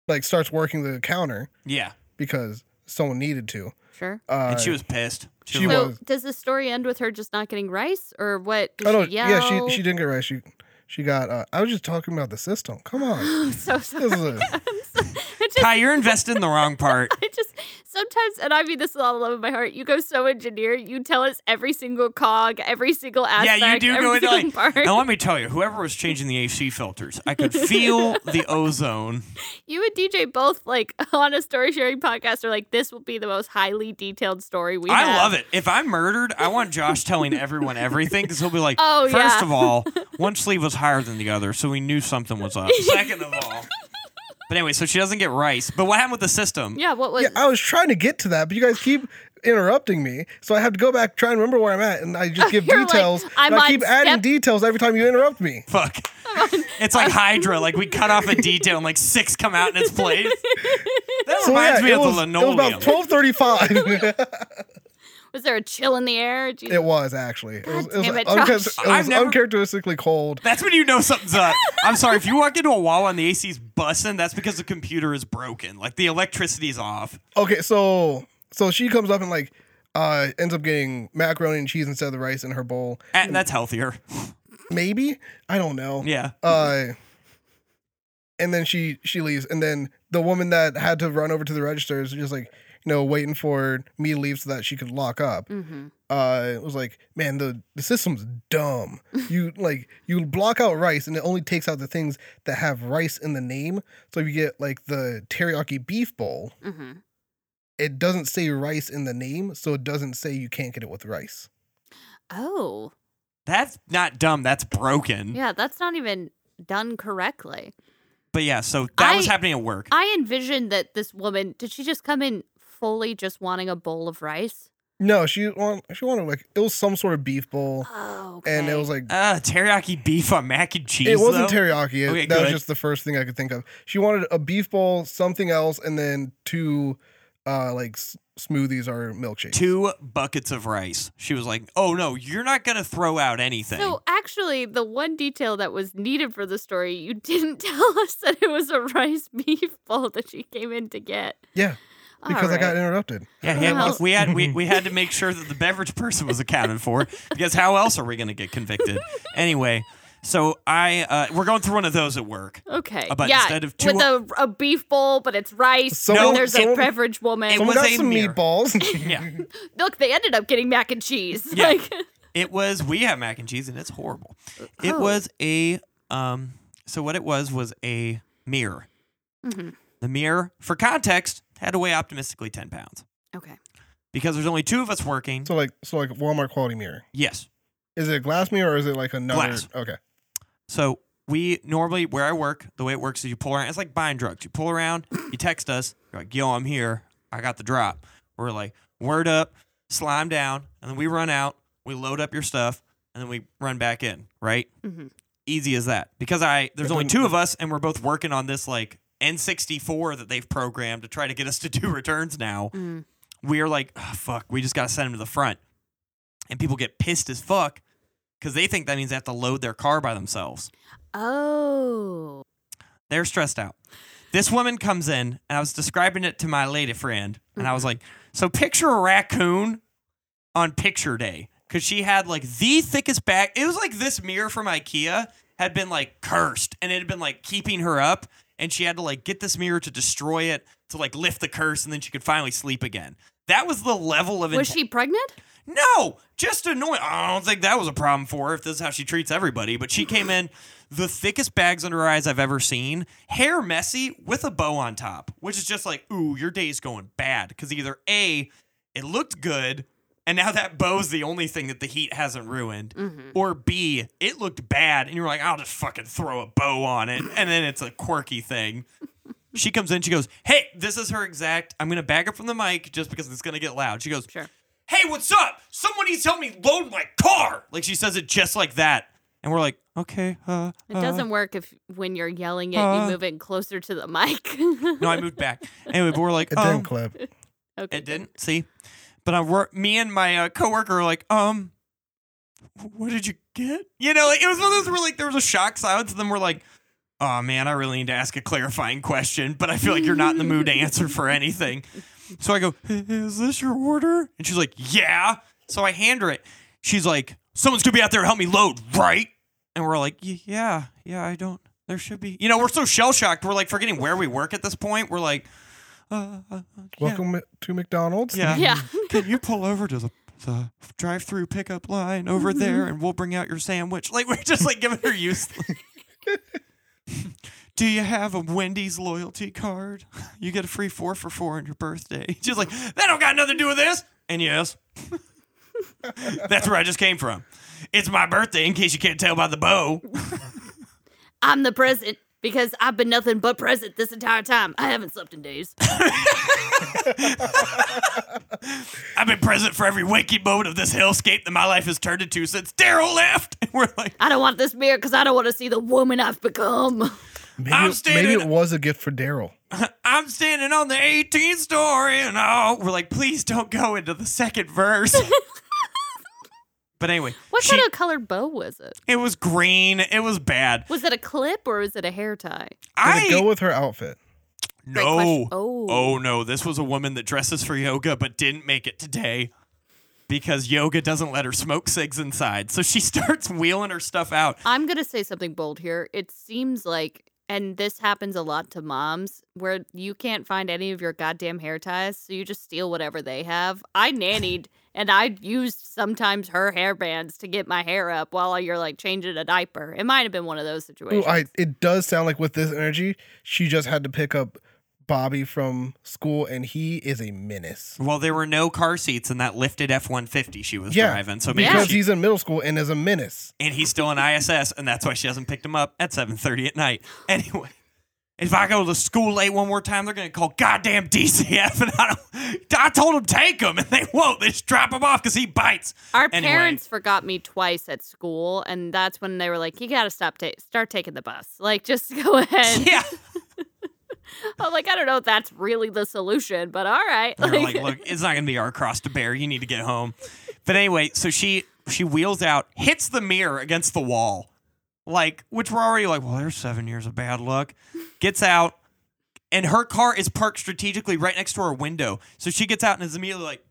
like starts working the counter yeah. because someone needed to. Sure. Uh, and she was pissed. She she was, so was- does the story end with her just not getting rice or what? Does Oh no, she yeah, yell? she she didn't get right. She she got. Uh, I was just talking about the system. Come on, I'm so sorry. this is a, I'm so- it just, Kai, you're invested in the wrong part. it just sometimes, and I mean this with all the love of my heart. You go so engineer. You tell us every single cog, every single Yeah, aspect. you do every go into single like. part. Now let me tell you, whoever was changing the AC filters, I could feel the ozone. You and DJ both like on a story sharing podcast are like this will be the most highly detailed story we. I have. love it. If I'm murdered, I want Josh telling everyone everything because he'll be like, Oh, first yeah. of all, one sleeve was higher than the other, so we knew something was up. Second of all. But anyway, so she doesn't get rice. But what happened with the system? Yeah, what was? yeah, I was trying to get to that, but you guys keep interrupting me, so I have to go back try and remember where I'm at, and I just give You're like, details. I'm and I on keep adding step- details every time you interrupt me. Fuck. It's like Hydra. Like we cut off a detail and like six come out in its place. That So reminds yeah, me it of was, the it was linoleum. about twelve thirty-five. was there a chill in the air? Jesus. it was actually. It was, it was, damn it, unchar- Josh. it I've was never- uncharacteristically cold. That's when you know something's up. I'm sorry if you walk into a wall and the AC's bussing. That's because the computer is broken. Like the electricity's off. Okay, so so she comes up and like uh ends up getting macaroni and cheese instead of the rice in her bowl. And Eh, that's healthier. Maybe I don't know. Yeah. Uh, and then she she leaves, and then the woman that had to run over to the register is just like you know waiting for me to leave so that she could lock up. Mm-hmm. Uh, it was like man, the the system's dumb. You like you block out rice, and it only takes out the things that have rice in the name. So if you get like the teriyaki beef bowl, Mm-hmm. it doesn't say rice in the name, so it doesn't say you can't get it with rice. Oh, That's not dumb. That's Mm. broken. yeah, that's not even done correctly. But yeah, so that was I- happening at work. I envisioned that this woman did she just come in fully just wanting a bowl of rice? No, she want she wanted like it was some sort of beef bowl, Oh, and it was like Uh, teriyaki beef on mac and cheese. It wasn't though. teriyaki. It- Okay, that was good. just the first thing I could think of. She wanted a beef bowl, something else, and then two, uh, like s- smoothies or milkshakes. Two buckets of rice. She was like, "Oh no, you're not gonna throw out anything." so actually the one detail that was needed for the story you didn't tell us that it was a rice beef bowl that she came in to get. Yeah, All because I got right. interrupted. Yeah, yeah. Well- look, we had we, we had to make sure that the beverage person was accounted for because how else are we going to get convicted? Anyway, so I uh, we're going through one of those at work. Okay. Uh, but yeah, instead of with two- a, a beef bowl, but it's rice. Someone- and there's a someone- beverage woman. It Someone was got a some mirror. meatballs. Yeah, Look, they ended up getting mac and cheese. Yeah. Like it was. We have mac and cheese and it's horrible. It Oh. was a um. So what it was was a mirror. Mhm. The mirror, for context, had to weigh optimistically ten pounds Okay. because there's only two of us working. so like, so like Walmart quality mirror. yes. Is it a glass mirror or is it like another? Glass. Okay. So we normally where I work, the way it works is you pull around. It's like buying drugs. You pull around, you text us, you're like, "Yo, I'm here. I got the drop." We're like, "Word up, slime down," and then we run out. We load up your stuff, and then we run back in. Right? Mhm. Easy as that. Because I there's It only doesn't- two of us, and we're both working on this like N64 that they've programmed to try to get us to do returns now Mm. we're like, "Ah, fuck, we just got to send them to the front. And people get pissed as fuck because they think that means they have to load their car by themselves. Oh. They're stressed out. This woman comes in, and I was describing it to my lady friend, and Mm-hmm. I was like, so picture a raccoon on picture day because she had like the thickest back. It was like this mirror from IKEA had been like cursed and it had been like keeping her up. And she had to like get this mirror to destroy it to like lift the curse and then she could finally sleep again. That was the level of Was inten- she pregnant? no, just annoying. I don't think that was a problem for her if this is how she treats everybody. But she came in the thickest bags under her eyes I've ever seen, hair messy with a bow on top, which is just like, ooh, your day's going bad. Because either A, it looked good, and now that bow's the only thing that the heat hasn't ruined. Mm-hmm. Or B, it looked bad, and you're like, I'll just fucking throw a bow on it. And then it's a quirky thing. She comes in, she goes, Hey, this is her exact. I'm going to back up from the mic just because it's going to get loud. She goes, Sure. hey, what's up? Someone needs to help me load my car. Like she says it just like that. And we're like, okay, uh, It uh." doesn't work if when you're yelling it, uh, you move it closer to the mic. No, I moved back. Anyway, but we're like, It um, didn't clip. okay. it didn't. See, but I work. Me and my uh, coworker are like, um, what did you get? You know, like, it was one of those where like there was a shock silence, and then we're like, oh man, I really need to ask a clarifying question, but I feel like you're not in the mood to answer for anything. So I go, Is this your order? And she's like, Yeah. So I hand her it. She's like, Someone's going to be out there to help me load, right? And we're like, "Y- Yeah, yeah, I don't. There should be. You know, we're so shell shocked. We're like forgetting where we work at this point. We're like, uh, uh, uh, yeah. Welcome to McDonald's. Yeah. Yeah. Can you pull over to the, the drive through pickup line over there and we'll bring out your sandwich? Like, we're just like giving her useless. Do you have a Wendy's loyalty card? You get a free four for four on your birthday. She's like, that don't got nothing to do with this. And yes, that's where I just came from. It's my birthday, in case you can't tell by the bow. I'm the present because I've been nothing but present this entire time. I haven't slept in days. I've been present for every waking moment of this hellscape that my life has turned into since Daryl left. And we're like, I don't want this mirror because I don't want to see the woman I've become. Maybe, I'm it- maybe it standing- was a gift for Daryl. I'm standing on the 18th story, and oh, we're like, please don't go into the second verse. but anyway, What she- kind of colored bow was it? it was green. It was bad. Was it a clip or was it a hair tie? Did I it go with her outfit? Great question. no. Oh. oh no, this was a woman that dresses for yoga but didn't make it today because yoga doesn't let her smoke cigs inside. So she starts wheeling her stuff out. I'm going to say something bold here. It seems like, and this happens a lot to moms, where you can't find any of your goddamn hair ties, so you just steal whatever they have. I nannied and I used sometimes her hair bands to get my hair up while you're like changing a diaper. It might have been one of those Ooh, situations. I, it does sound like with this energy, she just had to pick up Bobby from school, and he is a menace. Well, there were no car seats in that lifted F 150 she was Yeah, driving. So maybe Because she he's in middle school and is a menace. and he's still in ISS, and that's why she hasn't picked him up at 7:30 at night. Anyway, if I go to school late one more time, they're gonna call goddamn DCF, and I, don't, I told them take him, and they won't. They just drop him off because he bites. Our Anyway. parents forgot me twice at school, and that's when they were like, "You gotta stop, ta- start taking the bus. Like, just go ahead." Yeah, I'm like, I don't know if that's really the solution, but all right. they're like, look, it's not gonna be our cross to bear. You need to get home. But anyway, so she she wheels out, hits the mirror against the wall, like which we're already like, well, there's seven years of bad luck. Gets out, and her car is parked strategically right next to our window. So she gets out and is immediately like,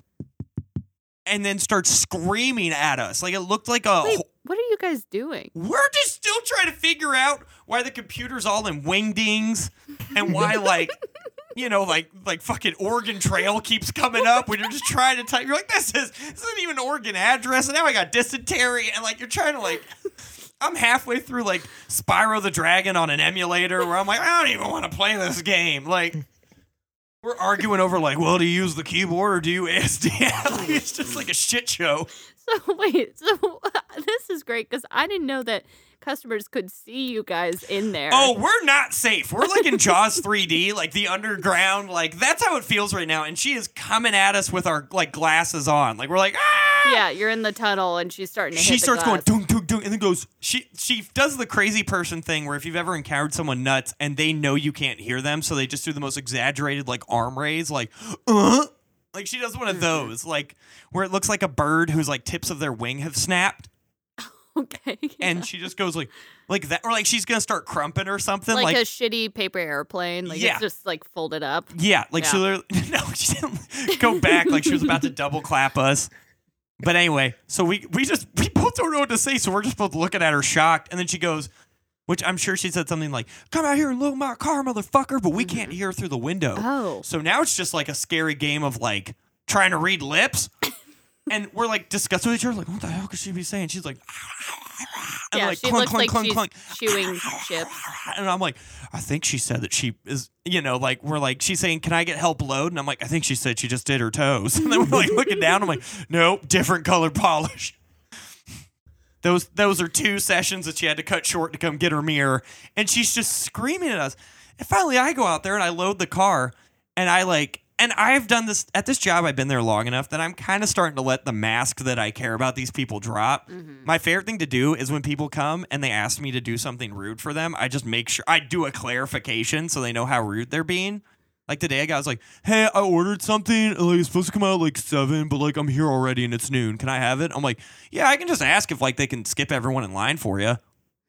and then starts screaming at us. Like it looked like a. Wait, wh- what are you guys doing? we're just still trying to figure out why the computer's all in wingdings and why like you know like like fucking Oregon Trail keeps coming up when you're just trying to type. You're like this is this isn't even an Oregon address, and now I got dysentery, and like you're trying to like. I'm halfway through like Spyro the Dragon on an emulator where I'm like, I don't even want to play this game. Like, we're arguing over like, well, do you use the keyboard or do you ASDL? Like, it's just like a shit show. So wait, so this is great because I didn't know that customers could see you guys in there. Oh, we're not safe. We're like in Jaws 3D, like the underground. Like that's how it feels right now. And she is coming at us with our like glasses on. Like we're like ah. yeah, you're in the tunnel, and she's starting to. She hit the starts glass. going dunk dunk dunk, and then goes. She she does the crazy person thing where if you've ever encountered someone nuts and they know you can't hear them, so they just do the most exaggerated like arm raise, like uh. Like she does one of Mm-hmm. those, like where it looks like a bird whose like tips of their wing have snapped, Okay. and she just goes like, like that, or like she's gonna start crumping or something, like, like a shitty paper airplane, like Yeah. it's just like folded up. Yeah, like she literally no, she didn't go back. Like she was about to double clap us. But anyway, so we we just we both don't know what to say, so we're just both looking at her shocked, and then she goes, which I'm sure she said something like, "Come out here and load my car, motherfucker," but we can't hear through the window. Oh, So now it's just like a scary game of like trying to read lips. And we're like discussing with each other, like, what the hell could she be saying? She's like, and yeah, like she looks like she's chewing chips. and I'm like, I think she said that she is, you know, like we're like, she's saying, can I get help load? And I'm like, I think she said she just did her toes. And then we're like looking down. I'm like, nope, different color polish. Those those are two sessions that she had to cut short to come get her mirror, and she's just screaming at us. And finally, I go out there and I load the car, and I like, and I've done this at this job. I've been there long enough that I'm kind of starting to let the mask that I care about these people drop. My favorite thing to do is when people come and they ask me to do something rude for them. I just make sure I do a clarification so they know how rude they're being. Like today, a guy was like, "Hey, I ordered something. Like it's supposed to come out like seven, but like I'm here already and it's noon. Can I have it?" I'm like, "Yeah, I can just ask if like they can skip everyone in line for you."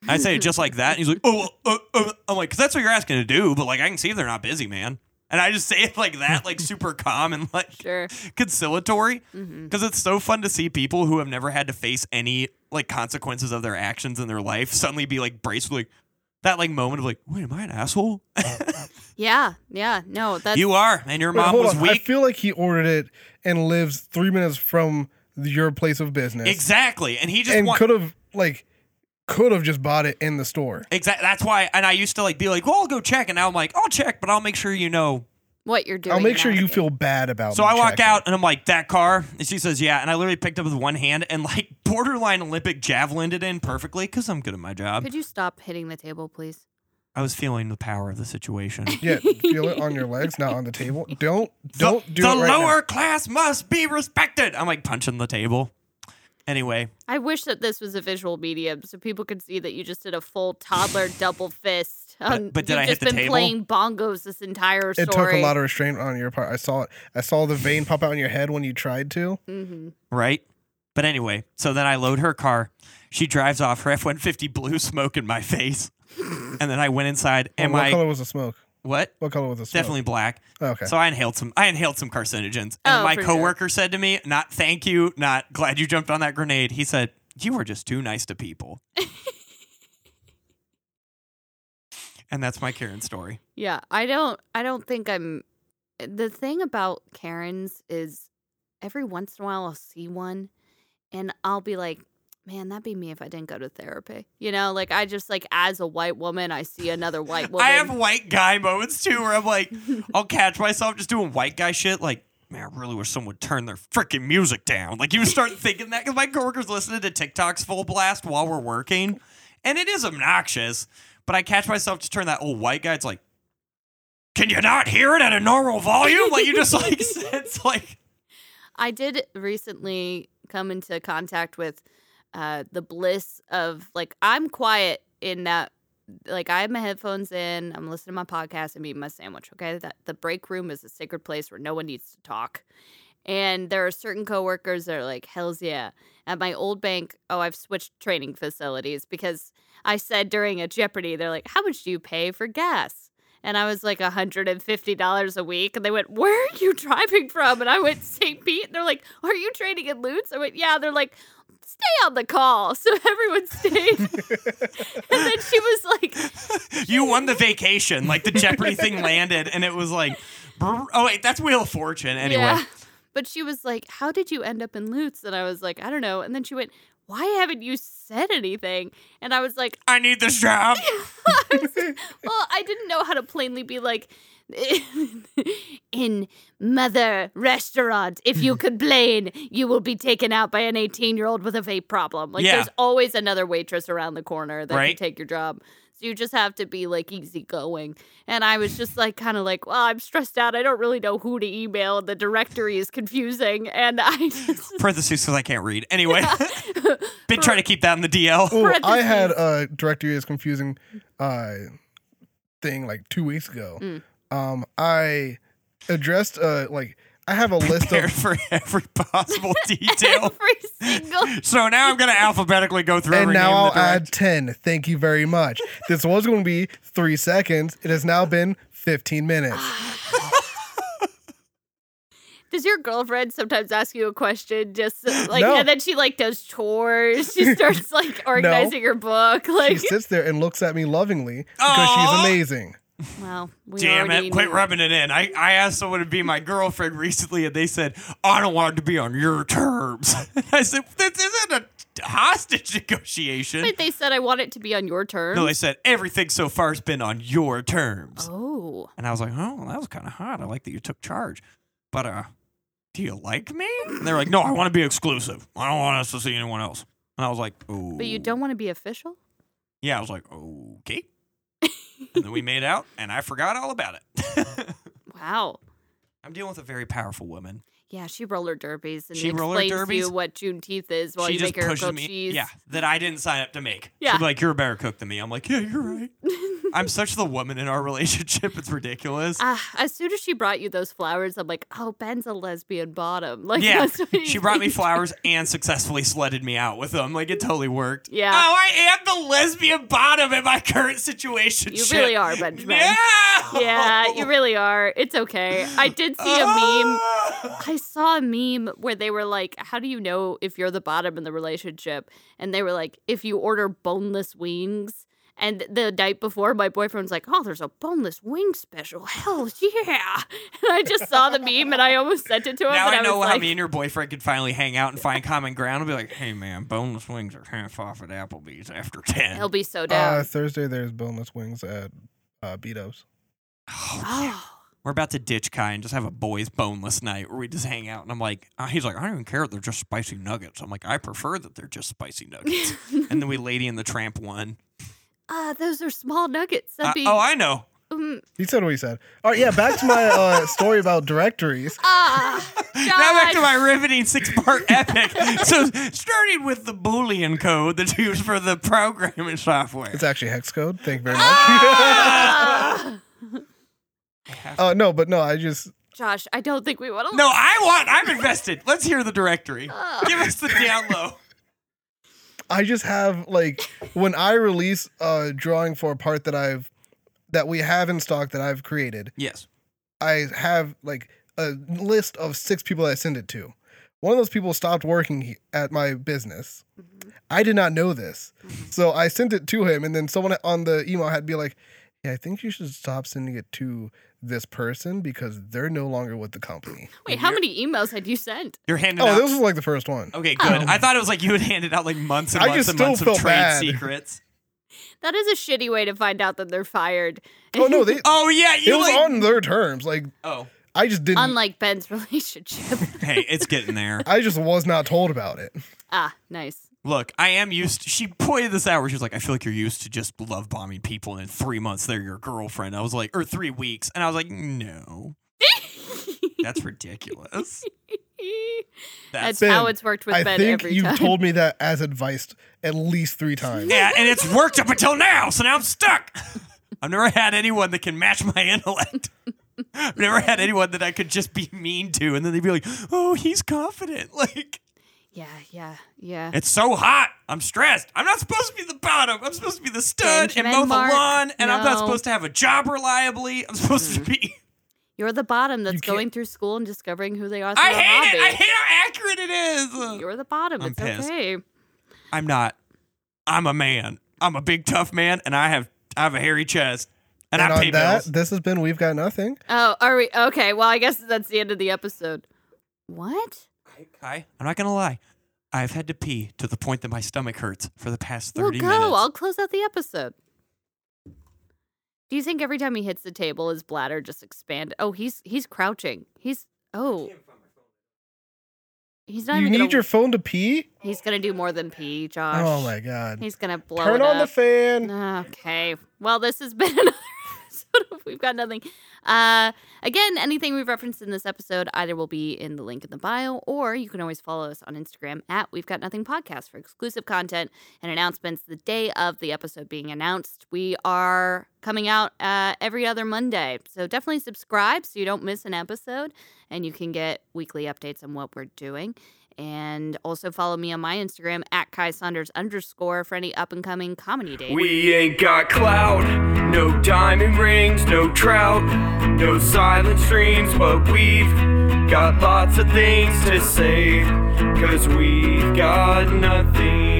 I uh," say it just like that, and he's like, "Oh, uh, uh," I'm like, 'cause that's what you're asking to do, but like I can see if they're not busy, man." And I just say it like that, like super calm and like Sure. conciliatory hmm because it's so fun to see people who have never had to face any like consequences of their actions in their life suddenly be like braced with, like that like moment of like wait am i an asshole Yeah. Yeah. No, that's you are and your Wait, mom hold was on. I weak feel like he ordered it and lives three minutes from your place of business. exactly and he just and want- could have like could have just bought it in the store. exactly that's why and i used to like be like well i'll go check and now i'm like i'll check but i'll make sure you know what you're doing. I'll make sure now. you feel bad about. so me i walked checking. out and i'm like that car and she says yeah and i literally picked up with one hand and like borderline olympic javelined it in perfectly because i'm good at my job Could you stop hitting the table, please? i was feeling the power of the situation Yeah, feel it on your legs, not on the table. Don't The- don't do the it right now. lower class must be respected. I'm like punching the table. Anyway, I wish that this was a visual medium so people could see that you just did a full toddler double fist. Um, but did you've I hit just the been table? playing bongos this entire story. It took a lot of restraint on your part. I saw it. I saw the vein pop out on your head when you tried to. hmm right? But anyway, so then I load her car. She drives off. Her F-150 blew smoke in my face, and then I went inside. And what my color was the smoke? what? What color was the smoke? Oh, Definitely black. Okay. So I inhaled some. I inhaled some carcinogens. And Oh, my for sure. coworker said to me, "Not thank you. Not glad you jumped on that grenade." He said, "You were just too nice to people." and that's my Karen story. Yeah, I don't. I don't think I'm. eh, The thing about Karens is, every once in a while I'll see one, and I'll be like, "Man, that'd be me if I didn't go to therapy." You know, like I just like as a white woman, I see another white woman. I have white guy moments too, where I'm like, I'll catch myself just doing white guy shit. Like, man, I really wish someone would turn their freaking music down. Like, you start thinking that because my coworkers listening to TikToks full blast while we're working, and it is obnoxious. But I catch myself just turn that old white guy. It's like, can you not hear it at a normal volume? Like, you just like, it's like, I did recently come into contact with uh, the bliss of like I'm quiet in that like I have my headphones in, I'm listening to my podcast and eating my sandwich. Okay, that the break room is a sacred place where no one needs to talk. And there are certain coworkers that are like, hell's yeah. At my old bank, oh, I've switched training facilities because I said during a Jeopardy, they're like, how much do you pay for gas? And I was like $150 a week. And they went, Where are you driving from? And I went, St. Pete. And they're like, Are you training in Lutz? I went, Yeah. They're like, Stay on the call. So everyone stayed. and then she was like, you won the vacation. Like, the Jeopardy thing landed, and it was like, brr- oh, wait, that's Wheel of Fortune. Anyway. Yeah. But she was like, How did you end up in Lutz? And I was like, I don't know. And then she went, Why haven't you said anything? And I was like, I need this job. Well, I didn't know how to plainly be like, In mother restaurant, if you complain, you will be taken out by an 18 year old with a vape problem. Like, Yeah. there's always another waitress around the corner that can Right. take your job. So you just have to be like easygoing. And I was just like, kind of like, well, I'm stressed out. I don't really know who to email. The directory is confusing. And I just. parentheses because I can't read. Anyway, been trying to keep that in the DL. Oh, I had Parentheses. a directory is confusing uh, thing like two weeks ago. Mm. Um, I addressed uh, like I have a list Prepared of for every possible detail. Every single so now I'm gonna alphabetically go through and every now name. I'll in the direct- add ten. Thank you very much. this was going to be three seconds. It has now been fifteen minutes. Ah. Does your girlfriend sometimes ask you a question just so- like No. and then she like does chores? She starts like organizing her book. She Like sits there and looks at me lovingly because Aw. she's amazing. Well, we Damn already it! Quit knew. rubbing it in. I, I asked someone to be my girlfriend recently, and they said I don't want it to be on your terms. I said this isn't a hostage negotiation. But they said I want it to be on your terms. No, they said everything so far has been on your terms. oh. And I was like, oh, well, that was kind of hot. I like that you took charge. But uh, do you like me? And they're like, no, I want to be exclusive. I don't want us to see anyone else. And I was like, oh. But you don't want to be official? Yeah, I was like, okay. and then we made out, and I forgot all about it. Wow. I'm dealing with a very powerful woman. Yeah, she roller derbies and She roller explains to you derbies? what Juneteenth is while she you just make her pushes grilled me. cheese. Yeah, that I didn't sign up to make. Yeah. She'd be like, you're a better cook than me. I'm like, yeah, you're right. I'm such the woman in our relationship. It's ridiculous. Ah, as soon as she brought you those flowers, I'm like, oh, Ben's a lesbian bottom. Like, yeah, that's what she he's brought me thinking. flowers and successfully sledded me out with them. Like it totally worked. Yeah. Oh, I am the lesbian bottom in my current situation. You really are, Benjamin. Yeah. Yeah, you really are. It's okay. I did see a Ah! meme. I saw a meme where they were like, "How do you know if you're the bottom in the relationship?" And they were like, "If you order boneless wings." And the night before, my boyfriend was like, "Oh, there's a boneless wing special. Hell yeah!" And I just saw the meme, and I almost sent it to him. Now and I know was how like, me and your boyfriend could finally hang out and find common ground. I'll be like, hey man, boneless wings are half off at Applebee's after ten. He'll be so down. Uh, Thursday there's boneless wings at uh, Beat Ups. Oh, oh, We're about to ditch Kai and just have a boys boneless night where we just hang out. And I'm like, uh, he's like, I don't even care if they're just spicy nuggets. I'm like, I prefer that they're just spicy nuggets. and then we Lady and the Tramp won. ah, those are small nuggets. Uh, That'd be, oh, I know. mm, He said what he said. All right, yeah, back to my uh, story about directories. ah, Now back to God. my riveting six-part epic. so starting with the Boolean code that's used for the programming software. It's actually hex code. Thank you very much. Ah. uh, no, but no, I just Josh, I don't think we want to. No, I want. I'm invested. Let's hear the directory. Give us the down low. I just have like when I release a drawing for a part that I've that we have in stock that I've created, Yes. I have like a list of six people I send it to. One of those people stopped working he- at my business. Mm-hmm. I did not know this, so I sent it to him, and then someone on the email had to be like, "Yeah, I think you should stop sending it to this person because they're no longer with the company." Wait, how many emails had you sent? You're handing Oh, out. this was like the first one. okay, good. I thought it was like you had handed out like months and I months just and still months of felt trade bad. secrets. That is a shitty way to find out that they're fired. Oh no, they. Oh yeah, It you was like. on their terms. Like oh, I just didn't. Unlike Ben's relationship. hey, it's getting there. I just was not told about it. ah, nice. Look, I am used. she pointed this out where she was like, "I feel like you're used to just love bombing people, and in three months they're your girlfriend." I was like, or three weeks, and I was like, no, that's ridiculous. That's That's Ben, how it's worked with I Ben think every you've time. told me that as advice at least three times. yeah, and it's worked up until now, so now I'm stuck. I've never had anyone that can match my intellect. I've never had anyone that I could just be mean to, and then they'd be like, "Oh, he's confident." Like yeah, yeah, yeah. it's so hot. I'm stressed. I'm not supposed to be the bottom. I'm supposed to be the stud Benjamin and mow the Mark, lawn, and I'm not no. Mm-hmm. supposed to have a job reliably. I'm supposed to be. You're the bottom that's can't- going through school and discovering who they are through I a hate it. I hobby. hate how accurate it is. You're the bottom. I'm it's pissed. okay. I'm not. I'm a man. I'm a big tough man, and I have I have a hairy chest, and, and I on pay that, bills. this has been We've Got Nothing. Oh, are we okay? Well, I guess that's the end of the episode. What? Kai, I'm not gonna lie. I've had to pee to the point that my stomach hurts for the past Well, 30 go. minutes. I'll close out the episode. Do you think every time he hits the table, his bladder just expand? Oh, he's he's crouching. He's oh. He's not you even need gonna, your phone to pee? He's gonna do more than pee, Josh. Oh my god. He's gonna blow Turn it on the up. fan. Okay. Well, this has been another episode of We've Got Nothing. Uh, again, anything we've referenced in this episode either will be in the link in the bio, or you can always follow us on Instagram at We've Got Nothing Podcast for exclusive content and announcements the day of the episode being announced. We are coming out uh, every other Monday, so definitely subscribe so you don't miss an episode, and you can get weekly updates on what we're doing. And also follow me on my Instagram at Kai Saunders underscore for any up and coming comedy dates. We ain't got clout, no diamond rings, no trout, no silent streams, but we've got lots of things to say, cause we've got nothing.